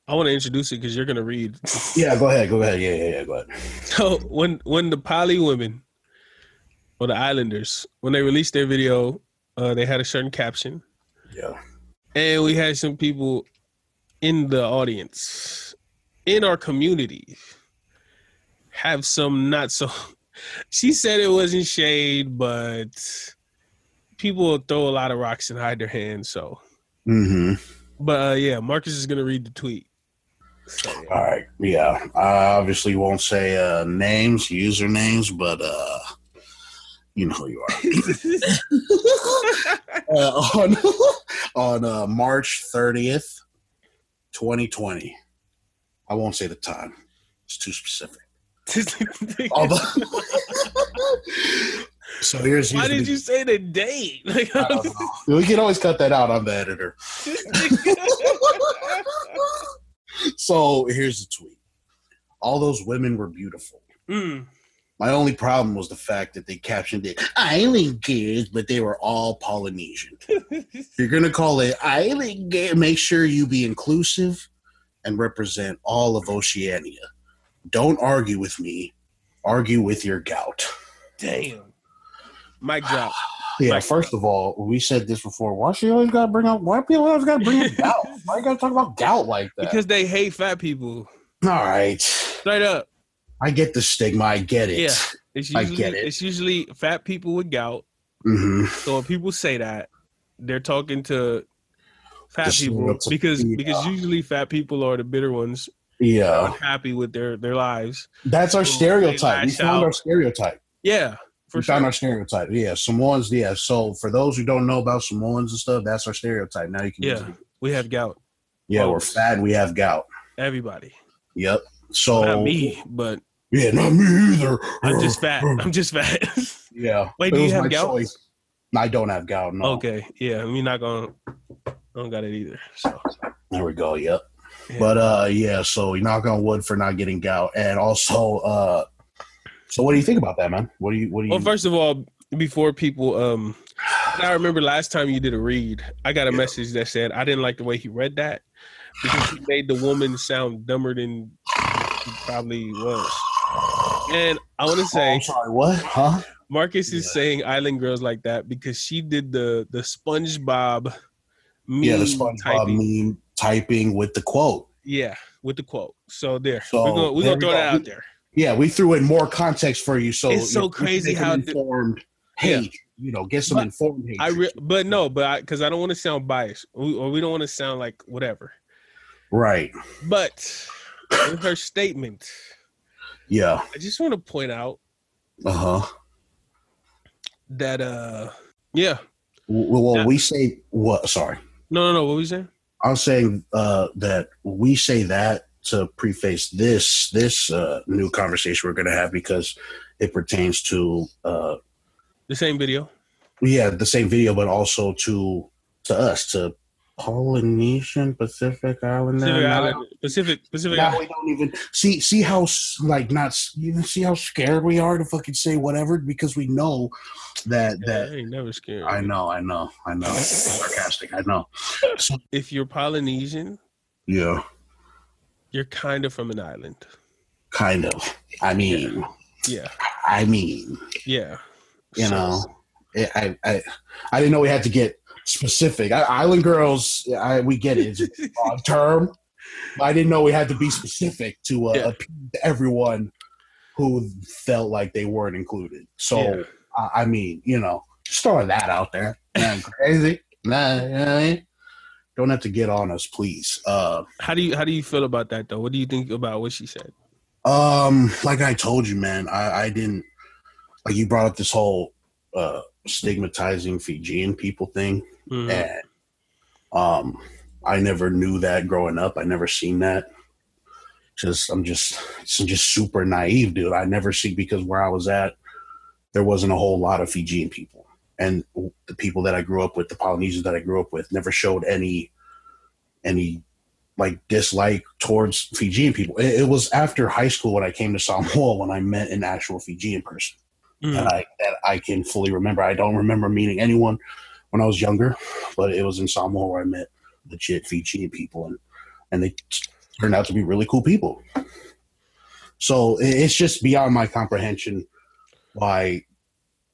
A: I want to introduce it because you're gonna read.
B: Yeah, go ahead, go ahead. Yeah, yeah, yeah, go ahead.
A: So when when the Poly women or the Islanders when they released their video, uh, they had a certain caption,
B: Yeah,
A: and we had some people in the audience in our community have some not so she said it wasn't shade but people will throw a lot of rocks and hide their hands so
B: mm-hmm.
A: but uh, yeah marcus is gonna read the tweet so, yeah.
B: All right. Yeah. I obviously won't say uh, names, usernames, but uh, you know who you are. uh, on on uh, March 30th, 2020. I won't say the time. It's too specific. Although So here's,
A: Why
B: here's the
A: did you say the date? Like,
B: I don't know. We can always cut that out. I'm the editor. So here's the tweet. All those women were beautiful.
A: Mm.
B: My only problem was the fact that they captioned it island kids, but they were all Polynesian. If you're gonna call it island kids, make sure you be inclusive and represent all of Oceania. Don't argue with me. Argue with your gout.
A: Damn. Mic drop.
B: Yeah,
A: Right.
B: first of all, we said this before. Why she always gotta bring up why people always gotta bring up gout? Why you gotta talk about gout like that?
A: Because they hate fat people.
B: all right.
A: Straight up.
B: I get the stigma, I get it.
A: Yeah. It's
B: I
A: usually,
B: get it.
A: It's usually fat people with gout.
B: Mm-hmm.
A: So when people say that, they're talking to fat
B: Just
A: people
B: lots of-
A: because
B: yeah.
A: because usually fat people are the bitter ones,
B: Yeah.
A: happy with their their lives.
B: That's our
A: They
B: stereotype. We
A: lash
B: found
A: out.
B: our stereotype.
A: Yeah, for
B: we
A: sure.
B: found our stereotype. Yeah, Samoans. Yeah. So for those who don't know about Samoans and stuff, that's our stereotype. Now you can.
A: Yeah, we have gout.
B: Yeah, we're fat. We have gout.
A: Everybody,
B: Yep. So
A: not me, but
B: Yeah, not me either.
A: I'm just fat. I'm just fat.
B: Yeah.
A: Wait,
B: It
A: do you
B: was
A: have
B: my
A: gout?
B: choice. I don't have gout. No.
A: okay, yeah, we're not gonna. I don't got it either. So
B: There we go. Yep.
A: Yeah.
B: But uh, yeah. So you knock on wood for not getting gout, and also uh, so what do you think about that, man? What do you? What do you?
A: Well, first of all, before people, um, I remember last time you did a read, I got a
B: Yeah.
A: message that said I didn't like the way he read that because he made the woman sound dumber than she probably was. And I want to
B: Oh,
A: say
B: I'm sorry. What? Huh?
A: Marcus is
B: Yeah.
A: saying Island Girls like that because she did the the SpongeBob meme
B: Yeah, the SpongeBob
A: typing.
B: meme typing with the quote.
A: Yeah, with the quote. So there,
B: So,
A: we're gonna, we're gonna
B: there we
A: throw
B: go.
A: that out there.
B: Yeah, we threw in more context for you. So
A: It's so
B: you can
A: crazy
B: make an
A: how the-
B: informed
A: Yeah.
B: hate. You know, get some
A: But
B: informed hate.
A: I re- but no, but I because I don't want to sound biased we, or we don't want to sound like whatever.
B: right.
A: But in her statement,
B: Yeah.
A: I just want to point out
B: Uh huh.
A: that uh yeah.
B: Well,
A: Yeah.
B: we say what? Sorry,
A: No, no, no, what were you saying?
B: I was saying uh, that we say that to preface this this uh, new conversation we're going to have because it pertains to uh,
A: The same video.
B: yeah the same video, but also to to us to Polynesian Pacific Islander.
A: Pacific
B: Now-
A: Island. Pacific Pacific
B: Now
A: Island.
B: we don't even see see how s- like not s- you know, see how scared we are to fucking say whatever because we know that
A: Yeah,
B: that
A: I ain't never scared.
B: I know I know I know sarcastic I know
A: If you're Polynesian,
B: yeah
A: you're kind of from an island.
B: kind of I mean
A: Yeah.
B: I mean
A: Yeah.
B: you
A: So,
B: know I I I, I didn't know we had to get specific I, Island Girls I we get it it's a broad term but I didn't know we had to be specific to uh,
A: Yeah.
B: appeal to everyone who felt like they weren't included so.
A: yeah.
B: I I mean, you know, just throwing that out there. Man, crazy. Nah, you know what I mean? Don't have to get on us, please. Uh,
A: How do you how do you feel about that though? What do you think about what she said?
B: um, like I told you, man, I, I didn't like you brought up this whole uh stigmatizing Fijian people thing,
A: Mhm.
B: and um, I never knew that growing up. I never seen that. Just I'm just I'm just super naive, dude. I never see because where I was at, there wasn't a whole lot of Fijian people, and the people that I grew up with, the Polynesians that I grew up with, never showed any any like dislike towards Fijian people. It, it was after high school when I came to Samoa when I met an actual Fijian person
A: Mm.
B: that I that I can fully remember. I don't remember meeting anyone when I was younger, but it was in Samoa where I met legit Fijian people, and and they turned out to be really cool people. So i- it's just beyond my comprehension why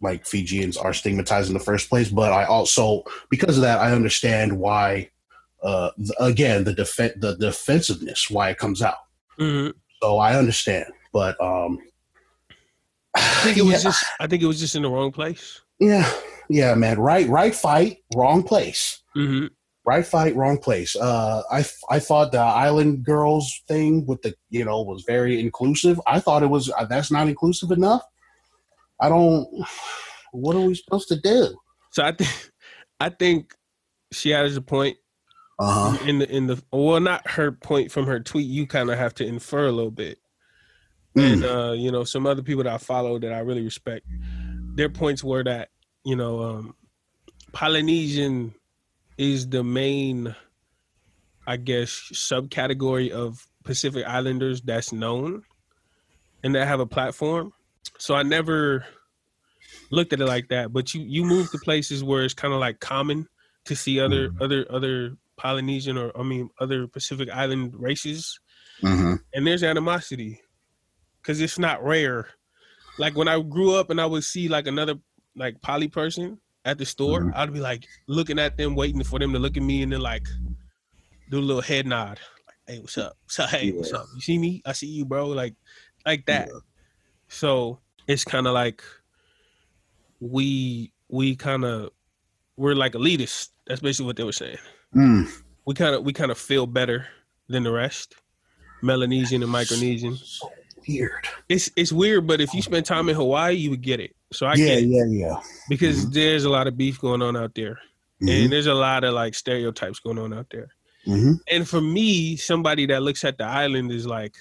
B: like Fijians are stigmatized in the first place. But I also because of that I understand why. Uh, th- again, the defen the defensiveness, why it comes out.
A: Mhm.
B: So I understand, but um,
A: I think it was just I think it was just in the wrong place.
B: Yeah, yeah, man. Right, right fight, wrong place.
A: hmm
B: Right fight, wrong place. Uh, I I thought the island girls thing with the you know was very inclusive. I thought it was uh, that's not inclusive enough. I don't. What are we supposed to do?
A: So I think I think she has a point
B: Uh huh.
A: in the in the well not her point from her tweet. You kind of have to infer a little bit, and uh, you know some other people that I follow that I really respect. their points were that you know um, Polynesian is the main, I guess, subcategory of Pacific Islanders that's known and that have a platform. So I never looked at it like that. But you you move to places where it's kind of like common to see other
B: Mhm.
A: other other Polynesian or I mean other Pacific Island races,
B: Mm-hmm.
A: and there's animosity because it's not rare. Like when I grew up and I would see like another like poly person at the store,
B: Mhm.
A: I'd be like looking at them, waiting for them to look at me, and then like do a little head nod, like, "Hey, what's up? What's up? Hey, what's
B: Yeah.
A: up? You see me? I see you, bro." Like, like that. So it's kind of like we we kind of we're like elitist. That's basically what they were saying.
B: Mm.
A: We kind of we kind of feel better than the rest, Melanesian and Micronesian.
B: So weird.
A: It's it's weird, but if you spend time in Hawaii, you would get it. So I
B: yeah,
A: get it
B: yeah, yeah,
A: because there's a lot of beef going on out there,
B: Mhm,
A: and there's a lot of like stereotypes going on out there.
B: mhm.
A: And for me, somebody that looks at the island is like,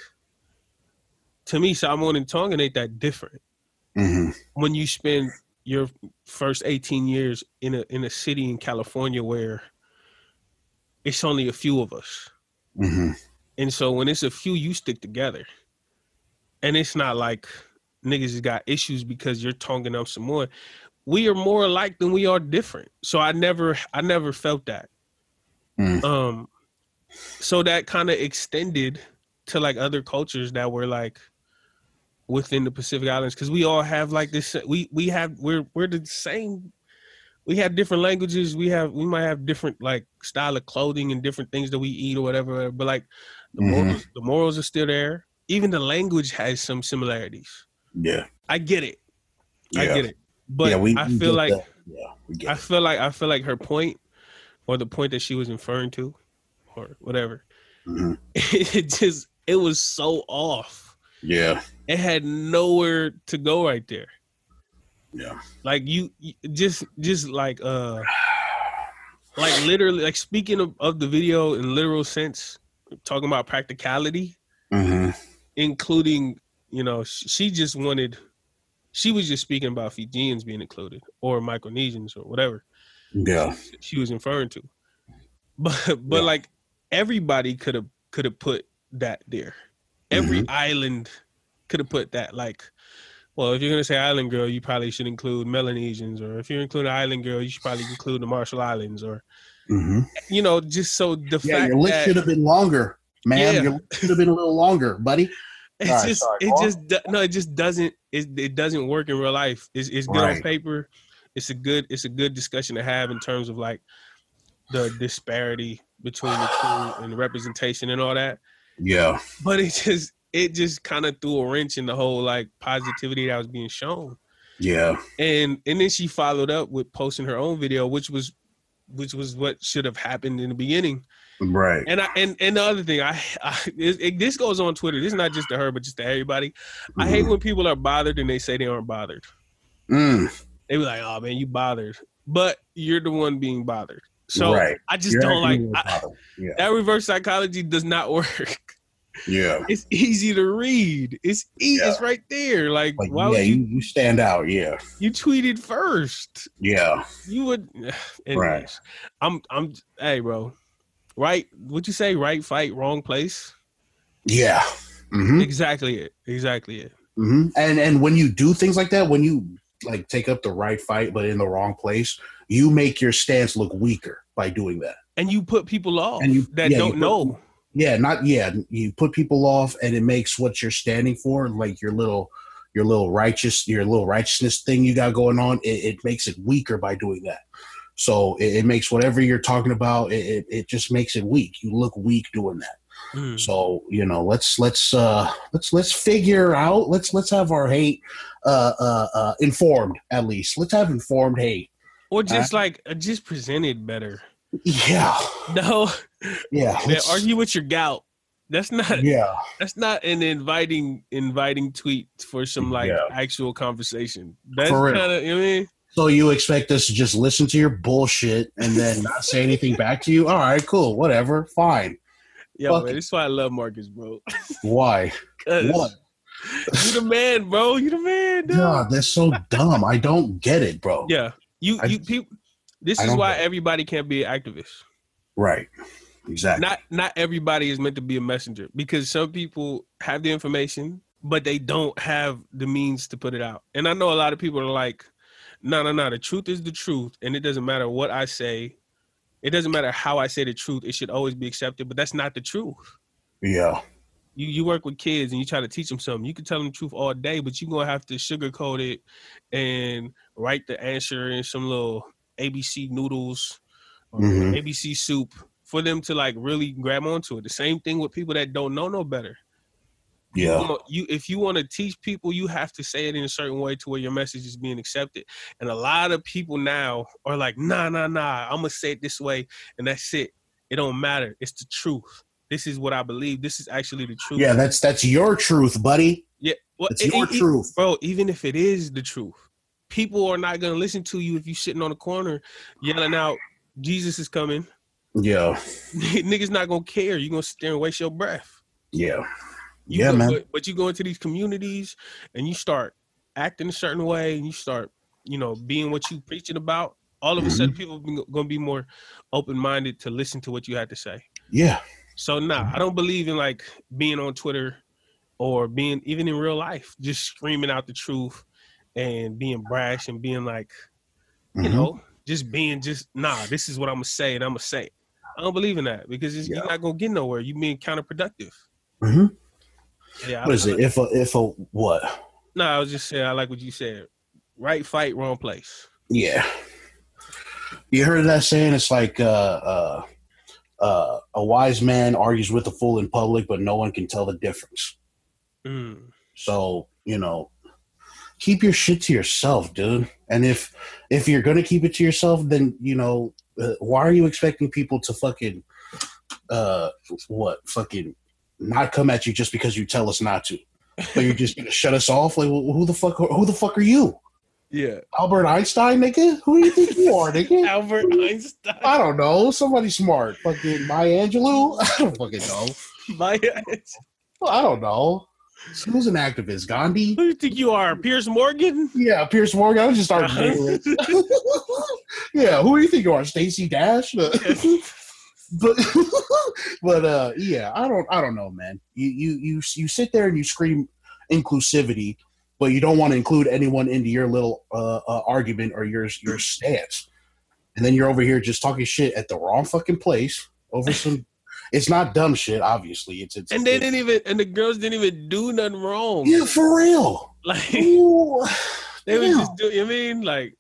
A: to me, Samoan and Tongan ain't that different.
B: Mhm.
A: when you spend your first 18 years in a in a city in California where it's only a few of us.
B: Mhm.
A: And so when it's a few you stick together. And it's not like niggas has got issues because you're tonguing up some more. We are more alike than we are different. So I never I never felt that.
B: Mm.
A: Um so that kind of extended to like other cultures that were like within the Pacific Islands because we all have like this. We we have we're we're the same. We have different languages. We have we might have different like style of clothing and different things that we eat or whatever. whatever, But like the
B: Mhm.
A: morals, the morals are still there. Even the language has some similarities.
B: Yeah,
A: I get it.
B: yeah.
A: I get it. But
B: yeah, we,
A: I
B: we
A: feel
B: get
A: like
B: that. yeah, we get
A: I
B: it.
A: feel like I feel like her point or the point that she was inferring to or whatever.
B: Mhm.
A: It just it was so off.
B: Yeah,
A: It had nowhere to go right there.
B: yeah.
A: like you, you just just like uh like literally like speaking of, of the video in literal sense talking about practicality
B: Mhm.
A: including you know sh- she just wanted she was just speaking about fijians being included or micronesians or whatever
B: Yeah,
A: she was inferring to but but
B: Yeah.
A: like everybody could have could have put that there every
B: Mm-hmm.
A: island could have put that like well if you're gonna say island girl you probably should include melanesians or if you're including island girl you should probably include the marshall islands or
B: Mhm.
A: you know just so the
B: yeah.
A: fact
B: Your list
A: that
B: should have been longer, man.
A: Yeah.
B: Your list should have been a little longer, buddy.
A: it's
B: sorry,
A: just
B: sorry,
A: it
B: go on.
A: just do- no it just doesn't it, it doesn't work in real life it's, it's good on
B: Right.
A: paper it's a good it's a good discussion to have in terms of like the disparity between the two and the representation and all that
B: Yeah,
A: but it just it just kind of threw a wrench in the whole like positivity that was being shown
B: yeah,
A: and and then she followed up with posting her own video which was which was what should have happened in the beginning
B: right.
A: and i and, and the other thing i, I it, it- this goes on twitter this is not just to her but just to everybody i
B: Mm-hmm.
A: hate when people are bothered and they say they aren't bothered
B: Mhm. Mm,
A: they be like oh man you bothered but you're the one being bothered so
B: right.
A: i just
B: You're
A: don't like
B: actually
A: I,
B: a problem. yeah,
A: that reverse psychology does not work
B: yeah.
A: it's easy to read it's easy it's right there like,
B: Like,
A: why
B: yeah,
A: would you,
B: you,
A: you
B: you stand out. Yeah,
A: tweeted first
B: yeah.
A: you would right i'm i'm hey bro right what you say right fight wrong place
B: Yeah. hmm
A: exactly it exactly it
B: hmm And and when you do things like that, when you like take up the right fight but in the wrong place, you make your stance look weaker by doing that.
A: and you put people off
B: And you-
A: that
B: yeah, you
A: don't
B: put-
A: know
B: Yeah, not yeah. You put people off, and it makes what you're standing for, like your little your little righteous your little righteousness thing you got going on. It, it makes it weaker by doing that. So it, it makes whatever you're talking about. It, it it just makes it weak. You look weak doing that.
A: Mm.
B: So you know, let's let's uh, let's let's figure out. Let's let's have our hate uh, uh, uh, informed at least. Let's have informed hate.
A: or just like uh, just present it better
B: Yeah,
A: no
B: yeah,
A: man,
B: let's-
A: argue with your gout that's not
B: yeah,
A: that's not an inviting inviting tweet for some like
B: Yeah.
A: actual conversation that's
B: For real.
A: kind of you know what I mean
B: So you expect us to just listen to your bullshit and then not say anything back to you? All right, cool, whatever, fine.
A: yeah
B: Fuck
A: man,
B: it.
A: this is why i love marcus bro
B: Why?
A: 'Cause
B: What?
A: you the man bro you the man saying, dude?
B: God, that's so dumb. I don't get it, bro.
A: Yeah. You
B: I-
A: you people this
B: I
A: is
B: don't
A: why
B: know.
A: everybody can't be an activist.
B: Right. Exactly.
A: Not not everybody is meant to be a messenger because some people have the information but they don't have the means to put it out. And I know a lot of people are like no no no the truth is the truth and it doesn't matter what I say. It doesn't matter how I say the truth. It should always be accepted, but that's not the truth.
B: yeah.
A: you you work with kids and you try to teach them something. You can tell them the truth all day, but you're gonna have to sugarcoat it and write the answer in some little ABC noodles or
B: Mhm.
A: ABC soup for them to like really grab onto it. The same thing with people that don't know no better. You,
B: Yeah.
A: know, you if you want to teach people, you have to say it in a certain way to where your message is being accepted. And a lot of people now are like, nah, nah, nah, I'm gonna say it this way, and that's it. It don't matter. It's the truth. This is what I believe. This is actually the truth.
B: Yeah, that's that's your truth, buddy.
A: Well,
B: It's
A: e-
B: your
A: e- e-
B: truth.
A: bro. Even if it is the truth, people are not gonna listen to you if you sitting on the corner yelling out, "Jesus is coming."
B: Yeah.
A: Niggas not gonna care. You gonna sit there and waste your breath.
B: Yeah.
A: You
B: Yeah,
A: go-
B: man.
A: But, but you go into these communities and you start acting a certain way, and you start, you know, being what you preaching about. All of a
B: Mhm.
A: sudden, people be- gonna be more open minded to listen to what you had to say.
B: Yeah.
A: So nah, I don't believe in like being on Twitter or being even in real life, just screaming out the truth and being brash and being like, you
B: Mhm.
A: know, just being just nah, this is what I'm gonna say and I'm gonna say it. I don't believe in that because it's, you're
B: Yeah.
A: not gonna get nowhere. You being counterproductive.
B: Mhm.
A: Yeah,
B: What
A: I,
B: is it? If a if a what?
A: No, I was just saying I like what you said. Right fight, wrong place.
B: Yeah. You heard that saying? It's like uh, uh, uh, a wise man argues with a fool in public, but no one can tell the difference.
A: Mm.
B: So you know, keep your shit to yourself, dude. And if if you're gonna keep it to yourself, then you know uh, why are you expecting people to fucking uh what fucking not come at you just because you tell us not to? So you're just gonna shut us off? Like wh- who the fuck? Who the fuck are you?
A: Yeah.
B: Albert Einstein, nigga? Who do you think you are, nigga?
A: Albert Einstein.
B: I don't know. Somebody smart. Fucking Maya Angelou? I don't fucking know.
A: My
B: I don't know. Who's an activist? Gandhi?
A: Who do you think you are? Pierce Morgan?
B: Yeah, Pierce Morgan. I would just start googling. yeah, who do you think you are? Stacey Dash? but but uh yeah, I don't I don't know, man. You you you you sit there and you scream inclusivity, but you don't want to include anyone into your little uh, uh argument or your your stance. And then you're over here just talking shit at the wrong fucking place over some it's not dumb shit, obviously. It's it's
A: and they didn't even and the girls didn't even do nothing wrong.
B: Yeah, for real.
A: Like they
B: Ooh.
A: was
B: Yeah.
A: just doing. You know what I mean like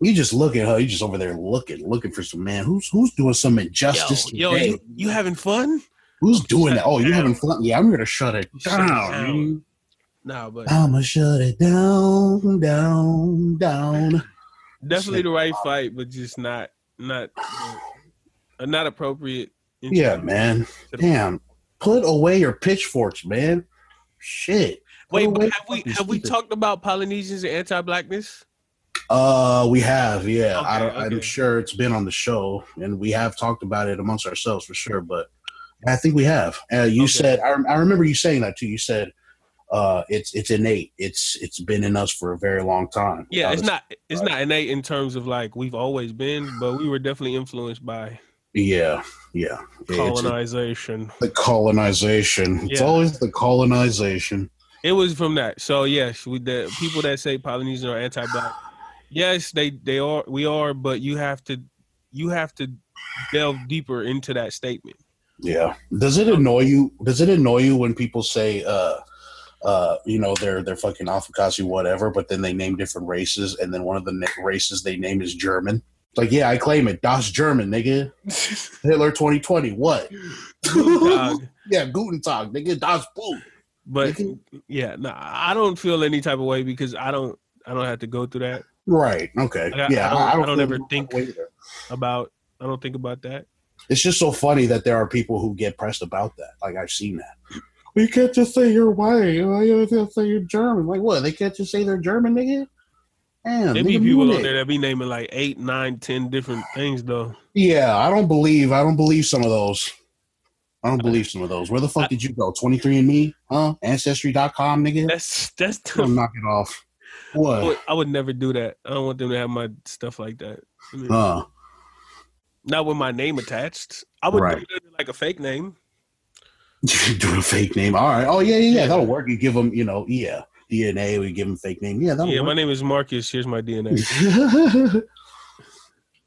B: You just look at her. You just over there looking, looking for some man. Who's who's doing some injustice
A: yo, yo
B: today?
A: you, you having fun?
B: who's doing that? Oh, you
A: down.
B: having fun? Yeah, I'm gonna shut it
A: Shut it down.
B: down.
A: Nah, but
B: I'ma shut it down, down, down.
A: definitely the right fight, but just not not uh, not appropriate. in-
B: Yeah, man.
A: to the-
B: Damn. Put away your pitchforks, man. Shit. Put
A: Wait,
B: away
A: but have we
B: fucking
A: have we
B: stupid-
A: talked about Polynesians and anti-blackness?
B: Uh, we have. Yeah, I
A: Okay,
B: don't, I'm
A: okay.
B: sure it's been on the show, and we have talked about it amongst ourselves for sure. But I think we have. Uh, you
A: Okay.
B: said. I, rem- I remember you saying that too. You said. Uh, it's it's innate. It's it's been in us for a very long time.
A: Yeah, it's
B: Obviously.
A: not it's not innate in terms of like we've always been, but we were definitely influenced by
B: Yeah, yeah. It's-
A: colonization.
B: the colonization. It's
A: Yeah.
B: always the colonization.
A: It was from that. So yes, with the people that say Polynesian are anti-black, yes, they they are. We are, but you have to you have to delve deeper into that statement.
B: Yeah. Does it annoy you? Does it annoy you when people say, uh, uh, you know, they're they're fucking Afakasi whatever, but then they name different races, and then one of the na- races they name is German. It's like, yeah, I claim it. Das German, nigga. Hitler 2020. What?
A: Dog.
B: yeah, Guten Tag, nigga. Das Boot.
A: But yeah, no, I don't feel any type of way because I don't I don't have to go through that
B: Right. Okay.
A: Like, I-
B: yeah.
A: I don't- I don't
B: feel
A: ever
B: no
A: think-
B: way either.
A: about. I don't think about that.
B: It's just so funny that there are people who get pressed about that. Like I've seen that. We can't just say you're white. Why can't just say you're German? Like what? They can't just say they're German, nigga. Damn,
A: There be
B: nigga,
A: people
B: mean
A: on
B: it.
A: there that be naming like eight, nine, ten different things though.
B: Yeah, I don't believe. I don't believe some of those. I don't believe some of those. Where the fuck
A: I-
B: did you go? Twenty three and Me, huh? Ancestry.com, nigga.
A: That's that's
B: Come
A: the,
B: knock it off.
A: I
B: What?
A: would, I would never do that. I don't want them to have my stuff like that. I mean,
B: Uh,
A: not with my name attached. I would
B: Right.
A: do it under, like a fake name.
B: do a fake name. All right. Oh yeah, yeah, yeah.
A: Yeah.
B: That'll work. You give them, you know, yeah, DNA. We give them fake name. Yeah, that'll
A: yeah, my
B: work.
A: name is Marcus. Here's my DNA.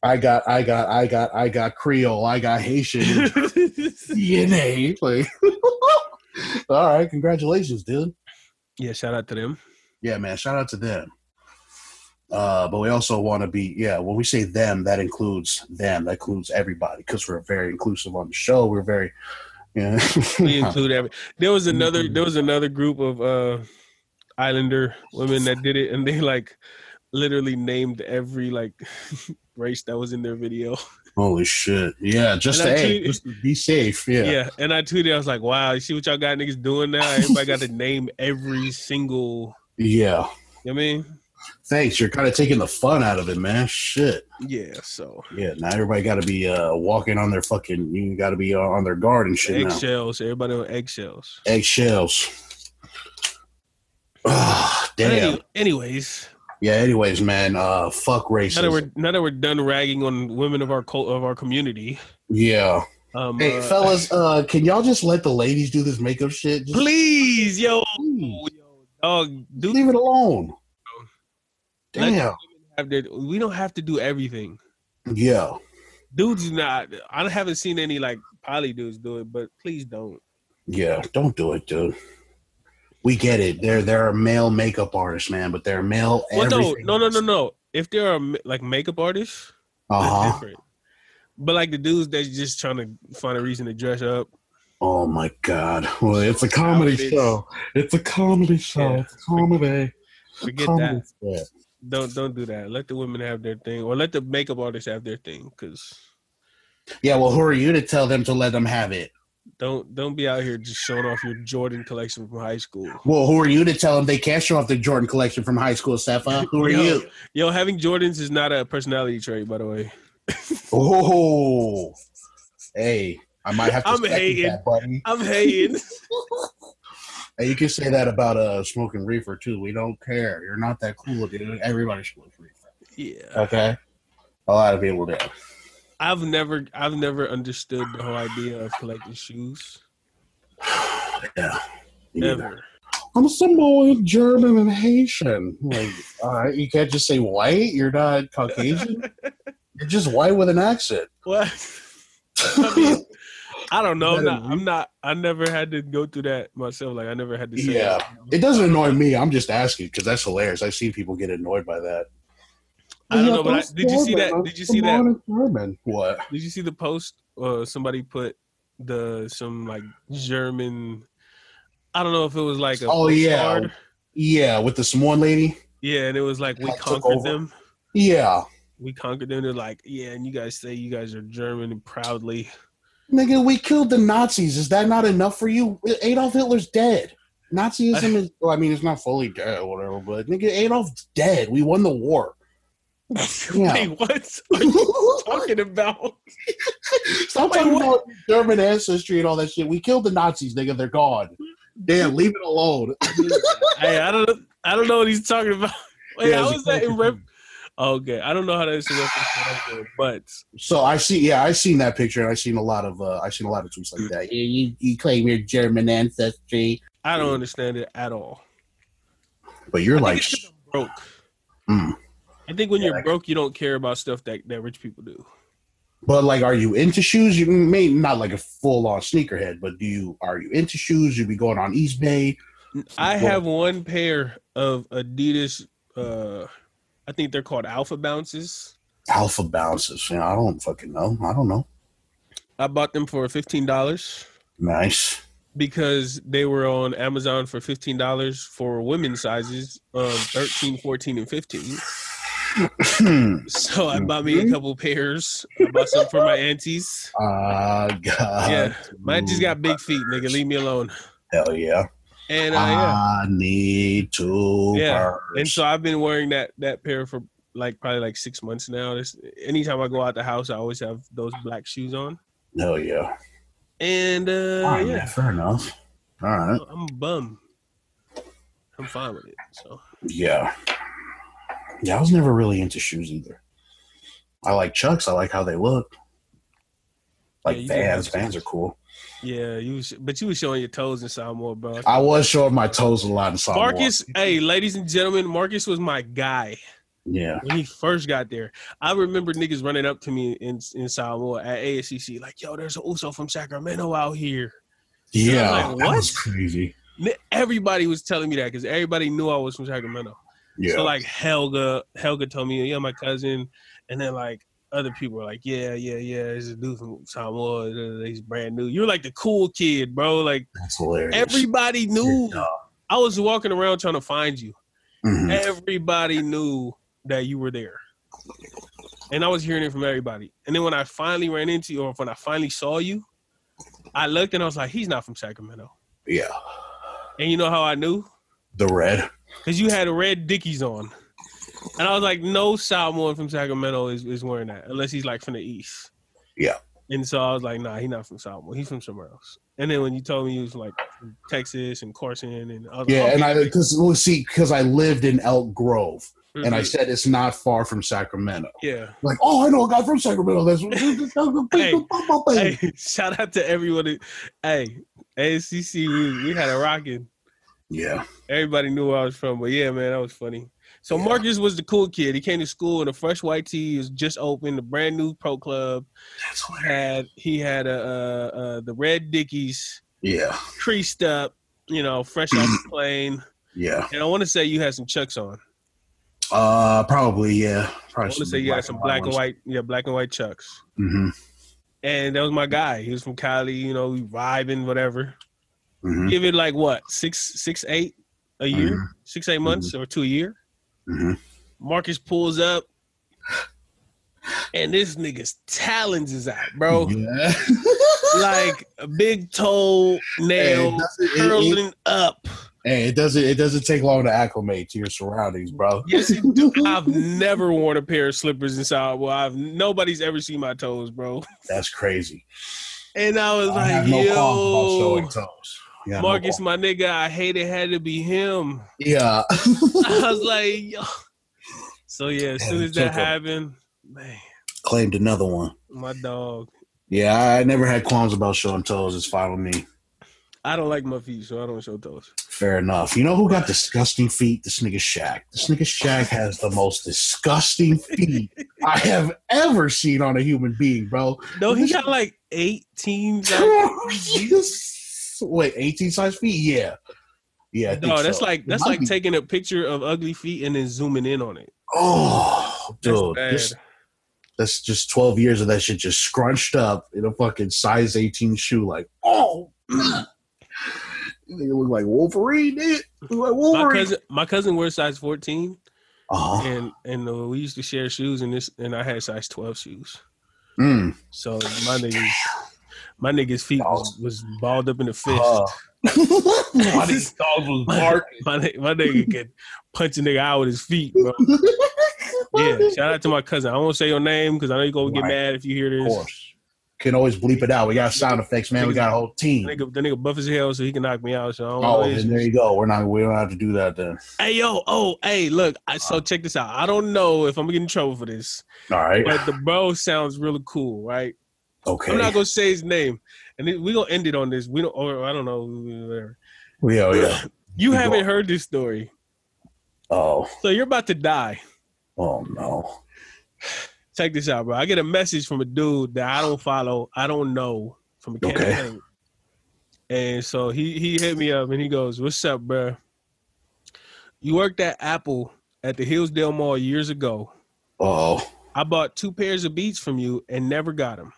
B: I got, I got, I got, I got Creole. I got Haitian DNA. Like, all right, congratulations, dude.
A: yeah, shout out to them.
B: Yeah, man. Shout out to them. Uh, but we also want to be, yeah. When we say them, that includes them. That includes everybody because we're very inclusive on the show. We're very, yeah.
A: We include every. There was another.
B: Mhm.
A: There was another group of uh, Islander women that did it, and they like literally named every like race that was in their video.
B: Holy shit! Yeah, just
A: And
B: to,
A: I
B: hey,
A: tweet-
B: just to be safe.
A: Yeah.
B: Yeah.
A: and I tweeted. I was like, "Wow, you see what y'all got niggas doing now? Everybody got to name every single."
B: Yeah.
A: You know what I mean,
B: Thanks. You're kind of taking the fun out of it, man. Shit.
A: yeah. So
B: Yeah. Now everybody got to be uh, walking on their fucking. You got to be uh, on on their guard and shit now.
A: eggshells. Everybody on eggshells.
B: Eggshells. Ah,
A: But
B: damn.
A: any- anyways,
B: Yeah. Anyways, man. Uh, fuck
A: now that
B: racism.
A: we're now that we're done ragging on women of our cult, of our community,
B: Yeah.
A: um,
B: Hey,
A: uh,
B: fellas. Uh, can y'all just let the ladies do this makeup shit? Just
A: please, yo,
B: Please.
A: yo, dog, do
B: leave it alone.
A: Let-
B: Damn.
A: have their, we don't have to do everything.
B: Yeah.
A: Dudes, do not. I haven't seen any like poly dudes do it, but please don't.
B: Yeah, don't do it, dude. We get it. They're they're a male makeup artists, man, but they're male.
A: Well, no,
B: everything
A: no, no, no, no. If there are like makeup artists, that's
B: Uh huh.
A: different. But like the dudes that's just trying to find a reason to dress up.
B: Oh my god. Well, it's a comedy
A: Outfits.
B: show. It's a comedy show.
A: Yeah.
B: It's a comedy.
A: Forget
B: comedy
A: that.
B: show.
A: Don't don't do that. Let the women have their thing, or let the makeup artists have their thing. Cause
B: Yeah. Well, who are you to tell them to let them have it?
A: don't don't be out here just showing off your Jordan collection from high school.
B: Well, who are you to tell them they can't show off their Jordan collection from high school, Sapphire? Who are
A: Yo.
B: you?
A: Yo, having Jordans is not a personality trait, by the way.
B: Oh, hey. I might have to
A: I'm
B: second
A: hating.
B: that, buddy.
A: I'm hating.
B: Hey, you can say that about uh smoking reefer too. We don't care. You're not that cool, dude. Everybody smokes reefer.
A: yeah,
B: Okay. A lot of people do.
A: I've never I've never understood the whole idea of collecting shoes
B: yeah.
A: ever.
B: I'm Samoan, German, and Haitian. Like, all right, you can't just say white. You're not Caucasian. You're just white with an accent.
A: What? I mean, I don't know. I'm
B: Is that
A: not,
B: a
A: I'm not. I never had to go through that myself. Like I never had to say.
B: yeah.
A: that.
B: It doesn't annoy me. I'm just asking because that's hilarious. I've seen people get annoyed by that.
A: I don't know, but I, did you see that? Did you see that?
B: German. What?
A: Did you see the post? Uh, somebody put the some like German. I don't know if it was like a
B: Oh, yeah.
A: postcard.
B: Yeah, with the Samoan lady.
A: yeah, and it was like we
B: Like, took
A: conquered
B: over.
A: them.
B: Yeah,
A: We conquered them. They're like, yeah, and you guys say you guys are German and proudly.
B: nigga, we killed the Nazis. Is that not enough for you? Adolf Hitler's dead. Nazism is. Well, I mean, it's not fully dead, or whatever. But nigga, Adolf's dead. We won the war.
A: Wait, what are you talking about?
B: Stop talking about German ancestry and all that shit. We killed the Nazis, nigga. They're gone. Damn, leave it alone.
A: hey, I don't. I don't know what he's talking about. Wait,
B: Yeah,
A: how
B: it's a
A: is that in
B: culture
A: ref?
B: thing.
A: Okay, I don't know how that is in reference to what I'm doing, but
B: So I see, yeah, I seen that picture, and I seen a lot of, uh, I seen a lot of tweets like that. You, you, you claim your German ancestry,
A: I don't understand it at all.
B: but you're
A: I
B: like,
A: think it's 'cause I'm broke.
B: mm.
A: I think when
B: Yeah,
A: you're
B: like-
A: broke, you don't care about stuff that, that rich people do.
B: but like, are you into shoes? You may not like a full on sneakerhead, but do you? Are you into shoes? You be going on East Bay?
A: I
B: Well-
A: have one pair of Adidas. Uh, I think they're called Alpha Bounces.
B: Alpha bounces. You know, I don't fucking know. I don't know.
A: I bought them for fifteen dollars
B: Nice.
A: because they were on Amazon for fifteen dollars for women's sizes, um, 13, 14, and fifteen.
B: Uh,
A: So I bought me a
B: Mhm.
A: couple pairs. I bought some for my aunties.
B: uh, God.
A: Yeah, mine just got big feet, nigga. Leave me alone.
B: Hell yeah.
A: And uh, yeah,
B: I need to.
A: Yeah,
B: burst.
A: and so I've been wearing that that pair for like probably like six months now. This, anytime I go out the house, I always have those black shoes on.
B: Hell yeah.
A: And uh,
B: All right,
A: yeah,
B: man, fair enough. All right.
A: I'm a bum. I'm fine with it. So
B: Yeah. Yeah, I was never really into shoes either. I like Chucks. I like how they look. Like
A: Yeah, you
B: Vans.
A: like
B: Vans are cool.
A: Yeah, you was, but you was showing your toes in sophomore, bro.
B: I was showing my toes a lot in sophomore.
A: Marcus, hey, ladies and gentlemen, Marcus was my guy
B: Yeah.
A: when he first got there. I remember niggas running up to me in in sophomore at ASCC, like, "Yo, there's a Uso from Sacramento out here."
B: Yeah.
A: like,
B: That
A: what?
B: was crazy.
A: N- Everybody was telling me that because everybody knew I was from Sacramento.
B: Yeah.
A: So like Helga, Helga told me, yeah, my cousin, and then like other people were like, yeah, yeah, yeah, there's a dude from Samoa, uh, he's brand new. You're like the cool kid, bro. Like
B: That's hilarious.
A: everybody knew. I was walking around trying to find you.
B: Mhm.
A: Everybody knew that you were there, and I was hearing it from everybody. And then when I finally ran into you, or when I finally saw you, I looked and I was like, he's not from Sacramento.
B: Yeah.
A: And you know how I knew?
B: The red.
A: Cause you had red dickies on. And I was like, no sophomore from Sacramento is, is wearing that unless he's like from the East.
B: Yeah.
A: And so I was like, nah, he's not from sophomore. He's from somewhere else. And then when you told me he was like from Texas and Carson and I was
B: Yeah,
A: like,
B: and
A: okay.
B: I because well, see, because I lived in Elk Grove, and I
A: Mhm.
B: said it's not far from Sacramento.
A: yeah.
B: Like, oh, I know a guy from Sacramento. That's
A: Hey, shout out to everyone. that- Hey, ACC, we, we had a rocking.
B: yeah,
A: Everybody knew where I was from, but yeah, man, that was funny. So
B: Yeah.
A: Marcus was the cool kid. He came to school in a fresh white tee. He was just opened, a brand new pro club.
B: that's hilarious.
A: had he had uh, uh, uh, the red dickies
B: Yeah,
A: creased up, you know, fresh off the plane.
B: yeah.
A: And I want to say you had some chucks on.
B: Uh, probably yeah.
A: I
B: Probably
A: want to say you had some black and white, yeah, black and white chucks.
B: Mm-hmm.
A: And that was my guy. He was from Cali, you know, we vibing, whatever.
B: Mm-hmm.
A: Give it like what six, six, eight a year, six, eight months or two a year.
B: Mm-hmm.
A: Marcus pulls up, and this nigga's talons is out, bro.
B: yeah.
A: Like a big toe
B: hey, it
A: nail
B: doesn't- it, it,
A: curling up.
B: hey, it doesn't. It doesn't take long to acclimate to your surroundings, bro.
A: Yes, it I've never worn a pair of slippers inside. Well, I've nobody's ever seen my toes, bro.
B: that's crazy.
A: And I was
B: I
A: like,
B: have no qualms
A: yo,
B: about showing toes. Yeah,
A: Marcus, my nigga, I hate it had to be him.
B: Yeah.
A: I was like, yo. So yeah, as soon
B: Yeah,
A: as that
B: took a-
A: happened, man,
B: Claimed another one.
A: my dog.
B: Yeah, I never had qualms about showing toes. It's fine with me.
A: I don't like my feet, so I don't show toes.
B: Fair enough. You know who got disgusting feet? This nigga Shaq. This nigga Shaq has the most disgusting feet I have ever seen on a human being, bro.
A: No, he got like 18.
B: Yes. Wait, 18 size feet? Yeah. Yeah. I think
A: No, that's
B: so.
A: like
B: It
A: that's
B: might
A: like
B: be-
A: taking a picture of ugly feet and then zooming in on it.
B: Oh,
A: That's
B: dude.
A: bad.
B: This, that's just 12 years of that shit just scrunched up in a fucking size 18 shoe. Like, oh, man. They look like Wolverine, dude. Look like
A: my
B: Wolverine.
A: cousin, my cousin wears size 14.
B: Uh-huh.
A: and and uh, we used to share shoes and this and I had size twelve shoes.
B: Mm.
A: So my niggas my niggas feet was, was balled up in the fist.
B: my
A: these
B: dogs was
A: my, my, ni- my nigga could punch a nigga out with his feet, bro. Yeah. Shout out to my cousin. I won't say your name because I know you're gonna get
B: Right.
A: mad if you hear
B: Of
A: this.
B: course. Can always bleep it out. We got sound effects, man. We got a whole team.
A: Nigga, the nigga buff as hell, so he can knock me out. So I don't
B: Oh,
A: know his-
B: then there you go. We're not. We don't have to do that then.
A: Hey yo, oh hey, look. I,
B: Uh-huh.
A: so check this out. I don't know if I'm gonna get in trouble for this,
B: All right.
A: but the bro sounds really cool, right?
B: Okay.
A: I'm not gonna say his name, and then we gonna end it on this. We don't, or I don't know, whatever.
B: yeah, yeah.
A: You
B: Keep
A: haven't
B: going.
A: heard this story.
B: Oh,
A: So you're about to die.
B: oh no.
A: Check this out, bro. I get a message from a dude that I don't follow, I don't know from a
B: Okay.
A: campaign. And so he he hit me up and he goes, What's up, bro? You worked at Apple at the Hillsdale Mall years ago.
B: Oh.
A: I bought two pairs of beats from you and never got them.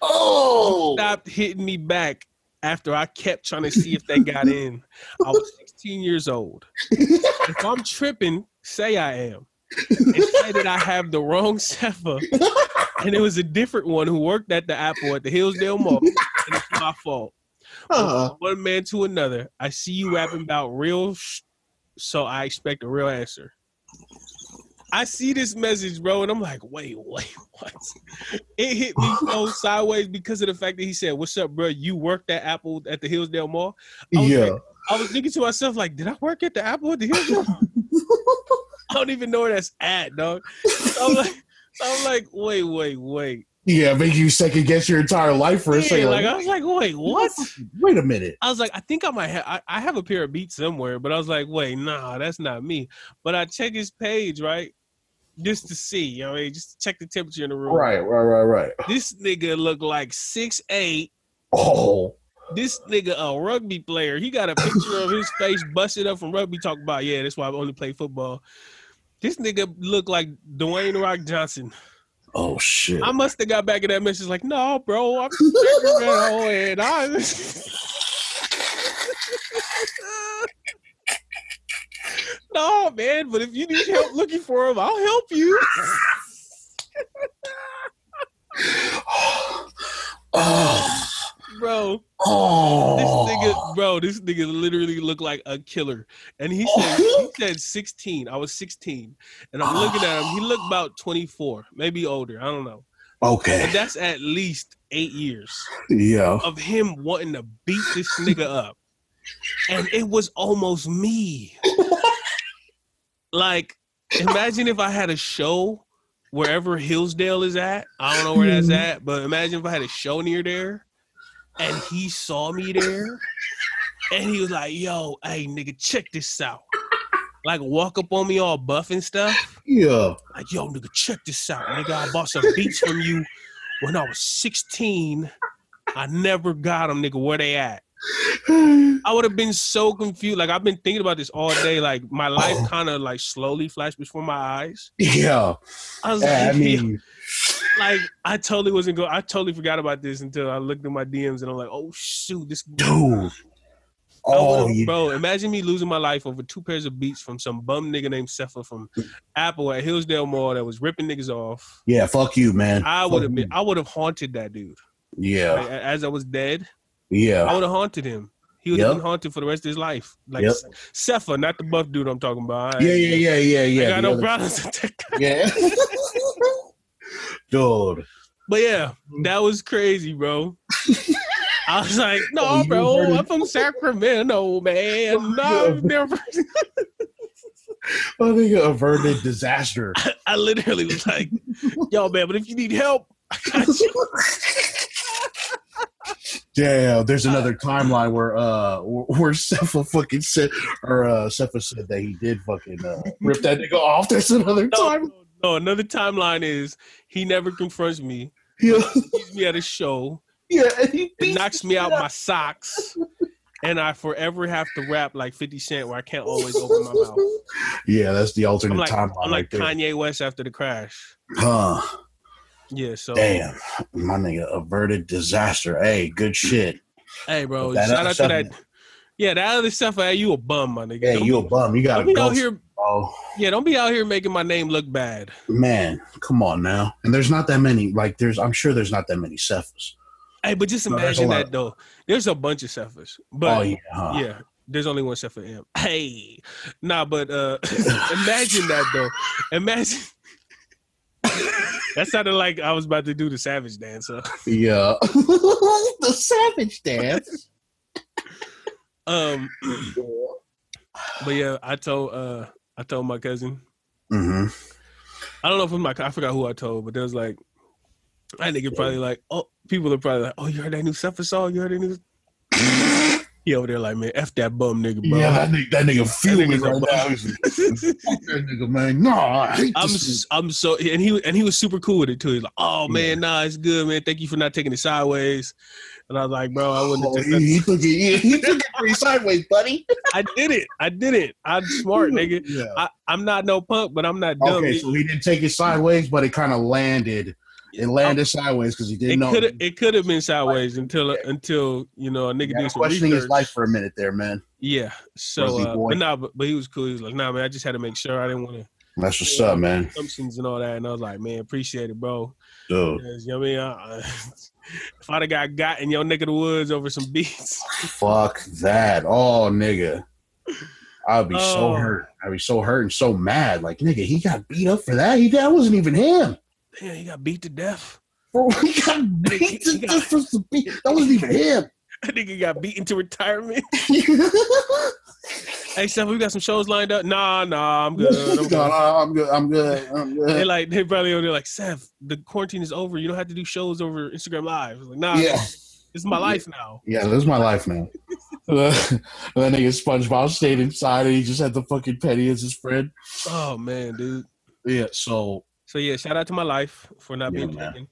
B: Oh.
A: Stopped hitting me back after I kept trying to see if they got in. I was 16 years old. If I'm tripping, say I am. And say that I have the wrong Sefa, and it was a different one who worked at the Apple at the Hillsdale Mall, and it's my fault.
B: Uh,
A: From One man to another, I see you rapping about real, sh- so I expect a real answer. I see this message, bro, and I'm like, wait, wait, what? It hit me so sideways because of the fact that he said, "What's up, bro? You worked at Apple at the Hillsdale Mall." I was
B: yeah.
A: like- I was thinking to myself, like, did I work at the Apple at the Hillsdale? I don't even know where that's at, dog. So I'm like, so I'm like wait, wait, wait.
B: Yeah, make you second guess your entire life for a
A: Yeah,
B: second.
A: like I was like, wait, what?
B: Wait a minute.
A: I was like, I think I might have, I, I have a pair of beats somewhere, but I was like, wait, nah, that's not me. But I check his page, right? Just to see, you know, what I mean? just to check the temperature in the room.
B: Right, right, right, right.
A: This nigga look like six eight.
B: Oh,
A: This nigga a rugby player. He got a picture of his face busted up from rugby. Talk about yeah, that's why I only play football. This nigga look like Dwayne Rock Johnson.
B: oh shit.
A: I must have got back in that message like, no, bro, I'm checking that whole head. I- no, man, but if you need help looking for him, I'll help you.
B: oh,
A: Bro,
B: oh.
A: this nigga, bro, this nigga literally looked like a killer. And he said, he said 16. I was 16. And I'm looking at him. He looked about 24, maybe older. I don't know. But
B: Okay.
A: that's at least eight years.
B: Yeah.
A: of him wanting to beat this nigga up. And it was almost me. like, imagine if I had a show wherever Hillsdale is at. I don't know where that's at, but imagine if I had a show near there and he saw me there and he was like, yo, hey, nigga, check this out. Like, walk up on me all buff and stuff.
B: Yeah.
A: Like, yo, nigga, check this out. Nigga, I bought some beats from you when I was 16. I never got them, nigga. Where they at? I would have been so confused. Like, I've been thinking about this all day. Like, my life
B: Oh.
A: kind of like slowly flashed before my eyes.
B: Yeah.
A: I was
B: Yeah,
A: like,
B: I mean,
A: like, I totally wasn't going. I totally forgot about this until I looked at my DMs and I'm like, oh, shoot, this.
B: dude.
A: I
B: Oh,
A: would've-
B: you-
A: bro, imagine me losing my life over two pairs of beats from some bum nigga named Cepha from
B: Mm.
A: Apple at Hillsdale Mall that was ripping niggas off.
B: yeah. Fuck you, man.
A: I
B: Fuck
A: would have been,
B: you.
A: I would have haunted that dude.
B: Yeah.
A: Like, a- as I was dead, I
B: Yeah.
A: would have haunted him. He would
B: Yep.
A: have been haunted for the rest of his life. Like
B: Yep.
A: Cepha, not the buff dude I'm talking about. I-
B: Yeah. Yeah. Yeah. Yeah.
A: I
B: Yeah.
A: got
B: the
A: no
B: other-
A: problems with that guy.
B: Yeah. Dude.
A: But yeah,
B: Mm-hmm.
A: that was crazy, bro. I was like,
B: Oh,
A: no,
B: you heard
A: bro,
B: it.
A: I'm from Sacramento, man. No, I've never.
B: I nigga averted disaster.
A: I literally was like, yo, man, but if you need help, I got you.
B: Damn, there's another timeline where uh where Cepha fucking said or uh Cepha said that he did fucking uh, rip that nigga off. There's another
A: No,
B: time.
A: no, no, another timeline is he never confronts me.
B: Yeah,
A: He's me at a show.
B: yeah, and he
A: It
B: beat
A: knocks me out my socks, and I forever have to rap like 50 Cent, where I can't always open my mouth.
B: Yeah, that's the alternate
A: I'm like,
B: timeline.
A: I'm like
B: right there.
A: Kanye West after the crash.
B: huh?
A: Yeah, so
B: Damn, my nigga averted disaster. Hey, good shit.
A: hey, bro,
B: That
A: shout
B: other
A: out to
B: stuff-
A: that. Yeah, that other stuff. Hey, you a bum, my nigga.
B: Hey,
A: don't,
B: you a bum? You got
A: don't
B: to
A: be out
B: go.
A: here.
B: Oh
A: Yeah, don't be out here making my name look bad.
B: man, come on now. And there's not that many. Like there's, I'm sure there's not that many Cephas.
A: Hey, but just
B: No, there's a
A: imagine
B: lot.
A: that though. There's a bunch of suffers,
B: Oh
A: but
B: yeah, huh?
A: Yeah, there's only one set for M. Hey, nah, but uh, imagine that though. Imagine that sounded like I was about to do the savage dance. huh?
B: yeah. the savage dance.
A: Um,
B: Mm-hmm.
A: but yeah, I told uh, I told my cousin.
B: Mm-hmm.
A: I don't know if it was my I forgot who I told, but there was like that nigga probably like oh people are probably like oh you heard that new Sefa song you heard that new. He over there like man f that bum nigga bro.
B: Yeah, that nigga, that nigga fuming
A: nigga's a
B: right
A: bum.
B: now. He's like, Fuck that nigga, man. No, I hate
A: I'm
B: this.
A: s- I'm so and he and he was super cool with it too. He's like, oh man, nah, it's good, man. Thank you for not taking it sideways. And I was like, bro, I wouldn't.
B: Oh,
A: have took
B: he,
A: that.
B: he took it. He, he took it pretty sideways, buddy.
A: I did it. I did it. I'm smart, nigga.
B: Yeah.
A: I, I'm not no punk, but I'm not dumb.
B: Okay, so he didn't take it sideways, but it kind of landed. It landed sideways because he
A: it
B: didn't know.
A: could have it could have been sideways until until you know a nigga
B: Yeah,
A: did some
B: questioning
A: research.
B: his life for a minute there, man.
A: Yeah. So,
B: Was he
A: uh,
B: boy?
A: but nah, but, but he was cool. He was like, nah, man, I just had to make sure I didn't want to
B: That's what's up, man.
A: assumptions and all that. And I was like, man, appreciate it, bro.
B: Dude,
A: 'Cause, You know what I mean? I- I- if I'd have got got in your neck of the woods over some beats.
B: fuck that. Oh, nigga. I'd be so
A: Oh.
B: hurt. I'd be so hurt and so mad. Like, nigga, he got beat up for that. He that wasn't even him.
A: Damn, he got beat to death.
B: Bro, he got beat. to death for some beat. That wasn't even him.
A: That nigga got beat into retirement. Hey, Steph, we got some shows lined up. Nah, nah, I'm good. I'm
B: no,
A: good.
B: no, Uh, I'm good. I'm good. I'm
A: They
B: good.
A: like they probably they're like Seth, the quarantine is over. You don't have to do shows over Instagram Live. I was like, nah,
B: yeah.
A: it's my life now.
B: Yeah, this is my life now. that nigga SpongeBob stayed inside and he just had the fucking penny as his friend.
A: Oh man, dude.
B: Yeah, so
A: So yeah, shout out to my life for not
B: Yeah,
A: being
B: man.
A: taken.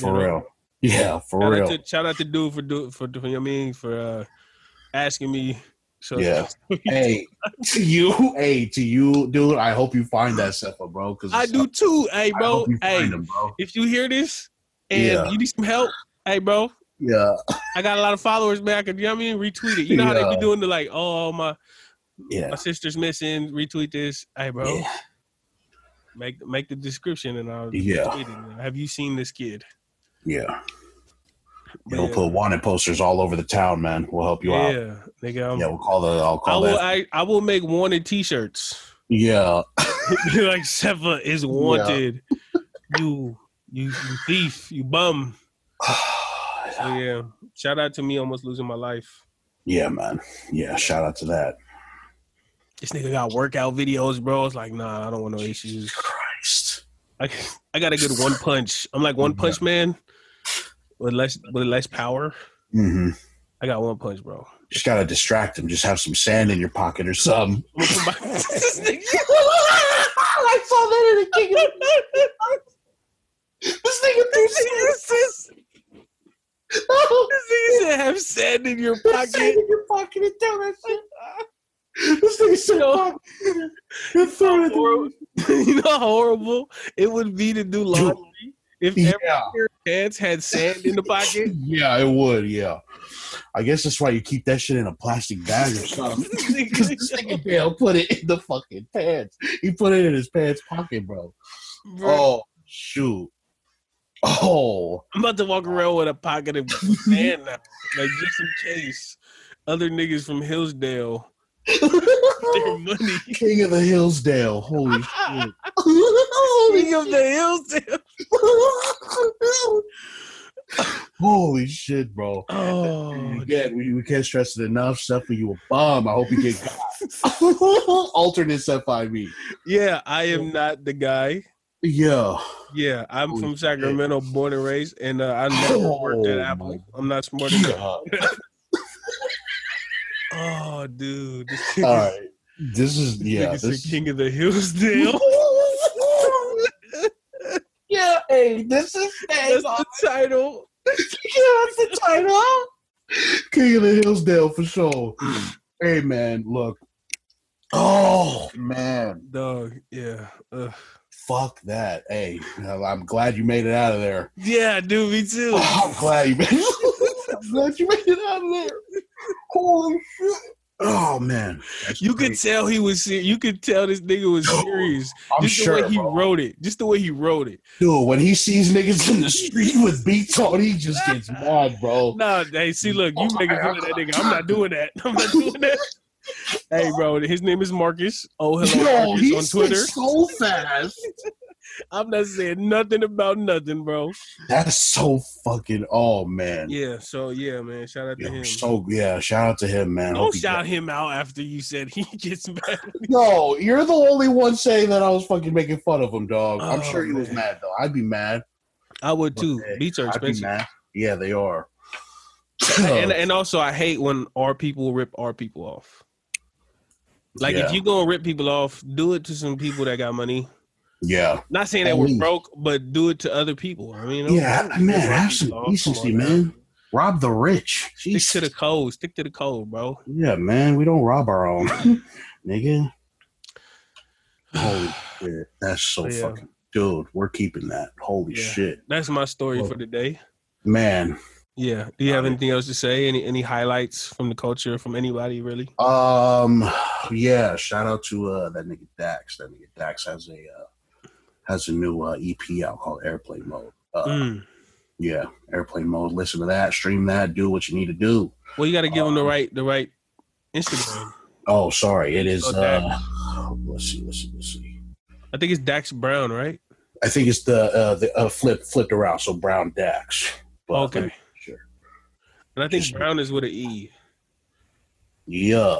B: for
A: You know?
B: real. Yeah, for
A: Shout
B: real.
A: out, to, shout out to dude for do for, for you know what I mean for uh, asking me. So
B: Yeah. hey, to you, hey, to you, dude. I hope you find that Sepha, bro. Because
A: I do too. Hey,
B: I
A: bro.
B: hope you
A: Hey,
B: find him, bro.
A: if you hear this and
B: Yeah.
A: you need some help, hey, bro,
B: Yeah,
A: I got a lot of followers, man. I could, you know what I mean? Retweet it. You know how they
B: Yeah.
A: be doing the like, oh, my
B: yeah,
A: my sister's missing. Retweet this. Hey, bro,
B: yeah.
A: make make the description and I'll
B: Yeah.
A: retweet it. Have you seen this kid?
B: yeah.
A: But
B: We'll
A: yeah.
B: put wanted posters all over the town, man. We'll help you out.
A: Yeah, nigga. I'm,
B: Yeah, we'll call the. I'll
A: I
B: call
A: will.
B: that.
A: I, I will make wanted T-shirts.
B: yeah,
A: like Sefa is wanted. You, you, you thief, you bum. So yeah, shout out to me almost losing my life.
B: yeah, man. Yeah, shout out to that.
A: This nigga got workout videos, bro. It's like, nah, I don't want no issues.
B: Christ.
A: I, I got a good one punch. I'm like one punch man, with less with less power.
B: Mm-hmm.
A: I got one punch, bro.
B: Just gotta distract them. Just have some sand in your pocket or something.
A: I'm gonna put my- This nigga-
B: Um, I saw that in the king. This nigga
A: this nigga says- this nigga said have sand in your pocket.
B: in your pocket and throw that shit. This nigga said, "Fuck," and throw it.
A: Horrible. you know how horrible it would be to do laundry if every
B: Yeah,
A: pair of pants had sand in the pocket.
B: yeah, it would. Yeah, I guess that's why you keep that shit in a plastic bag or something. Because this nigga Dale put it in the fucking pants. He put it in his pants pocket, bro.
A: Bro,
B: Oh shoot. Oh
A: I'm about to walk around with a pocket of sand now, like just in case other niggas from Hillsdale their money.
B: King of the Hillsdale. Holy shit. Holy
A: Speaking of the Hillsdale,
B: Holy shit, bro.
A: oh,
B: yeah, we, we can't stress it enough. Seth, you a bomb. I hope you get got. Alternate Seth, I mean.
A: yeah, I am not the guy.
B: Yeah.
A: Yeah, I'm
B: Holy
A: from
B: shit.
A: Sacramento, born and raised, and uh, I never worked at
B: Oh,
A: Apple.
B: my-
A: I'm not smart enough.
B: yeah. All
A: Oh, dude, this nigga's-
B: right. This is,
A: this
B: yeah.
A: nigga's the
B: This,
A: king of the Hillsdale.
B: yeah, hey, this is
A: That's the title.
B: Yeah, that's the title. King of the Hillsdale for sure. hey man, look. Oh man,
A: Dog, yeah. Ugh.
B: fuck that. Hey, I'm glad you made it out of there.
A: Yeah, dude, me too.
B: I'm glad you made. I'm glad you made it out of there. Holy shit. Oh man, That's
A: You could
B: great.
A: tell he was serious. You could tell this nigga was serious.
B: I'm
A: just
B: sure,
A: the way he
B: bro.
A: wrote it. Just the way he wrote it.
B: dude. When he sees niggas in the street with beats on, he just gets mad, bro.
A: Nah, hey, see, look, you
B: Oh,
A: making
B: I-
A: fun of that nigga. I'm not doing that. I'm not doing that. Hey, bro, his name is Marcus. Oh, hello,
B: Yo,
A: Marcus
B: he
A: on
B: said
A: Twitter.
B: so fast.
A: I'm not saying nothing about nothing, bro.
B: That's so fucking. Oh man.
A: Yeah, so yeah, man. Shout out to
B: Yeah,
A: him.
B: so yeah, shout out to him, man.
A: Don't shout him out after you said he gets mad.
B: No, you're the only one saying that I was fucking making fun of him, dog. I'm
A: Oh,
B: sure he was
A: man.
B: mad though. I'd be mad.
A: I would too.
B: Okay,
A: Beats are
B: I'd be
A: expensive.
B: mad. Yeah, they are.
A: and and also I hate when our people rip our people off. Like
B: yeah.
A: if you gonna rip people off, do it to some people that got money.
B: yeah,
A: Not saying that
B: At
A: we're
B: least.
A: broke, but do it to other people. I mean,
B: Yeah,
A: don't
B: man,
A: rip our
B: have
A: people
B: some
A: off. Come
B: decency,
A: on now.
B: man. rob the rich.
A: Stick
B: Jeez.
A: to the code. Stick to the code, bro.
B: yeah, man, we don't rob our own, nigga. Holy shit, that's so
A: Yeah.
B: fucking dude. We're keeping that. Holy
A: Yeah.
B: shit,
A: That's my story
B: Well-
A: for today.
B: man.
A: Yeah. Do you have anything else to say? Any any highlights from the culture from anybody really?
B: Um, yeah. Shout out to uh that nigga Dax. That nigga Dax has a uh, has a new uh, EP out called Airplane Mode. Uh,
A: Mm.
B: Yeah, Airplane Mode. Listen to that. Stream that. Do what you need to do.
A: Well, you got to give them the
B: um,
A: right the right Instagram.
B: Oh, sorry. It is.
A: Oh,
B: Uh, let's see. Let's see. Let's see.
A: I think it's Dax Brown, right?
B: I think it's the uh, the uh, flip flipped around. So Brown Dax. But let me
A: Okay.
B: make Sure.
A: And I think
B: Just-
A: Brown is with an E.
B: Yeah.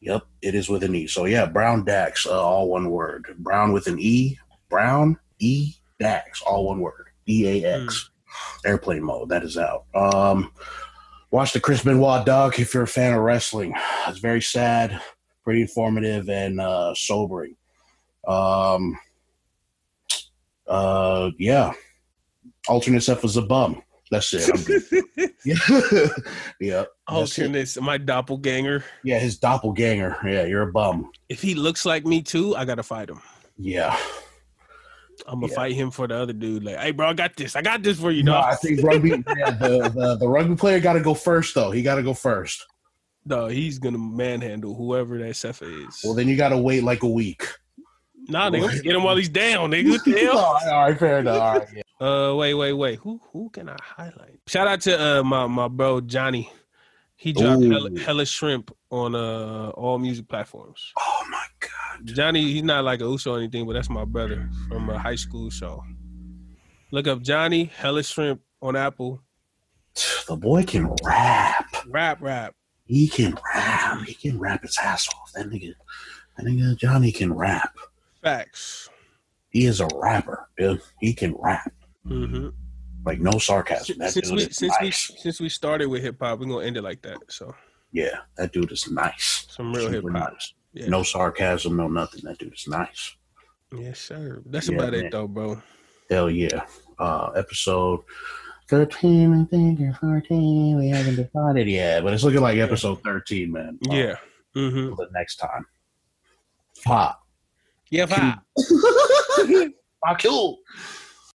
B: Yep, it is with an E. So yeah, Brown Dax, uh, all one word. Brown with an E. Brown E Dax, all one word. D A X. Airplane mode. That is out. Um, watch the Chris Benoit doc if you're a fan of wrestling. It's very sad, pretty informative, and uh, sobering. Um, uh, yeah. Alternate Seth is a bum. That's it. I'm good. yeah. yeah.
A: Alternate, Oh, my doppelganger.
B: Yeah, his doppelganger. Yeah, you're a bum.
A: If he looks like me too, I gotta fight him.
B: Yeah.
A: I'm gonna
B: Yeah.
A: fight him for the other dude. Like, hey, bro, I got this. I got this for you,
B: No,
A: dog.
B: I think rugby. yeah, the, the the rugby player got to go first, though. He got to go first.
A: No, he's gonna manhandle whoever that Sefa is.
B: Well, then you got to wait like a week.
A: nah, nigga, get him while he's down, nigga. What the hell?
B: all, right, all right, fair enough. All right, yeah.
A: Uh, wait, wait, wait. Who who can I highlight? Shout out to uh my my bro Johnny. He dropped
B: Ooh.
A: hella, hella shrimp on uh all music platforms.
B: Oh my god.
A: Johnny, he's not like a Uso or anything, but that's my brother from uh, high school. So look up Johnny Hella Shrimp on Apple.
B: The boy can rap.
A: Rap, rap.
B: He can rap. He can rap his ass off. That nigga, that nigga Johnny can rap.
A: Facts.
B: He is a rapper. dude. He can rap.
A: hmm
B: Like no sarcasm. That
A: Since
B: dude
A: we
B: is
A: since we
B: nice.
A: since we started with hip hop, we're gonna end it like that. So
B: yeah, that dude is nice.
A: some real hip
B: Super
A: hop.
B: nice.
A: Yeah.
B: No sarcasm. No nothing. That dude is nice.
A: Yes, sir. That's
B: Yeah,
A: about
B: man. Uh,
A: it though, bro.
B: Hell yeah. Uh, episode 13, I think, or 14. We haven't decided yet, but it's looking like episode 13, man. Uh,
A: Yeah. hmm
B: The next time. Pop.
A: Yeah,
B: Can-
A: vibe.
B: Pop, cool.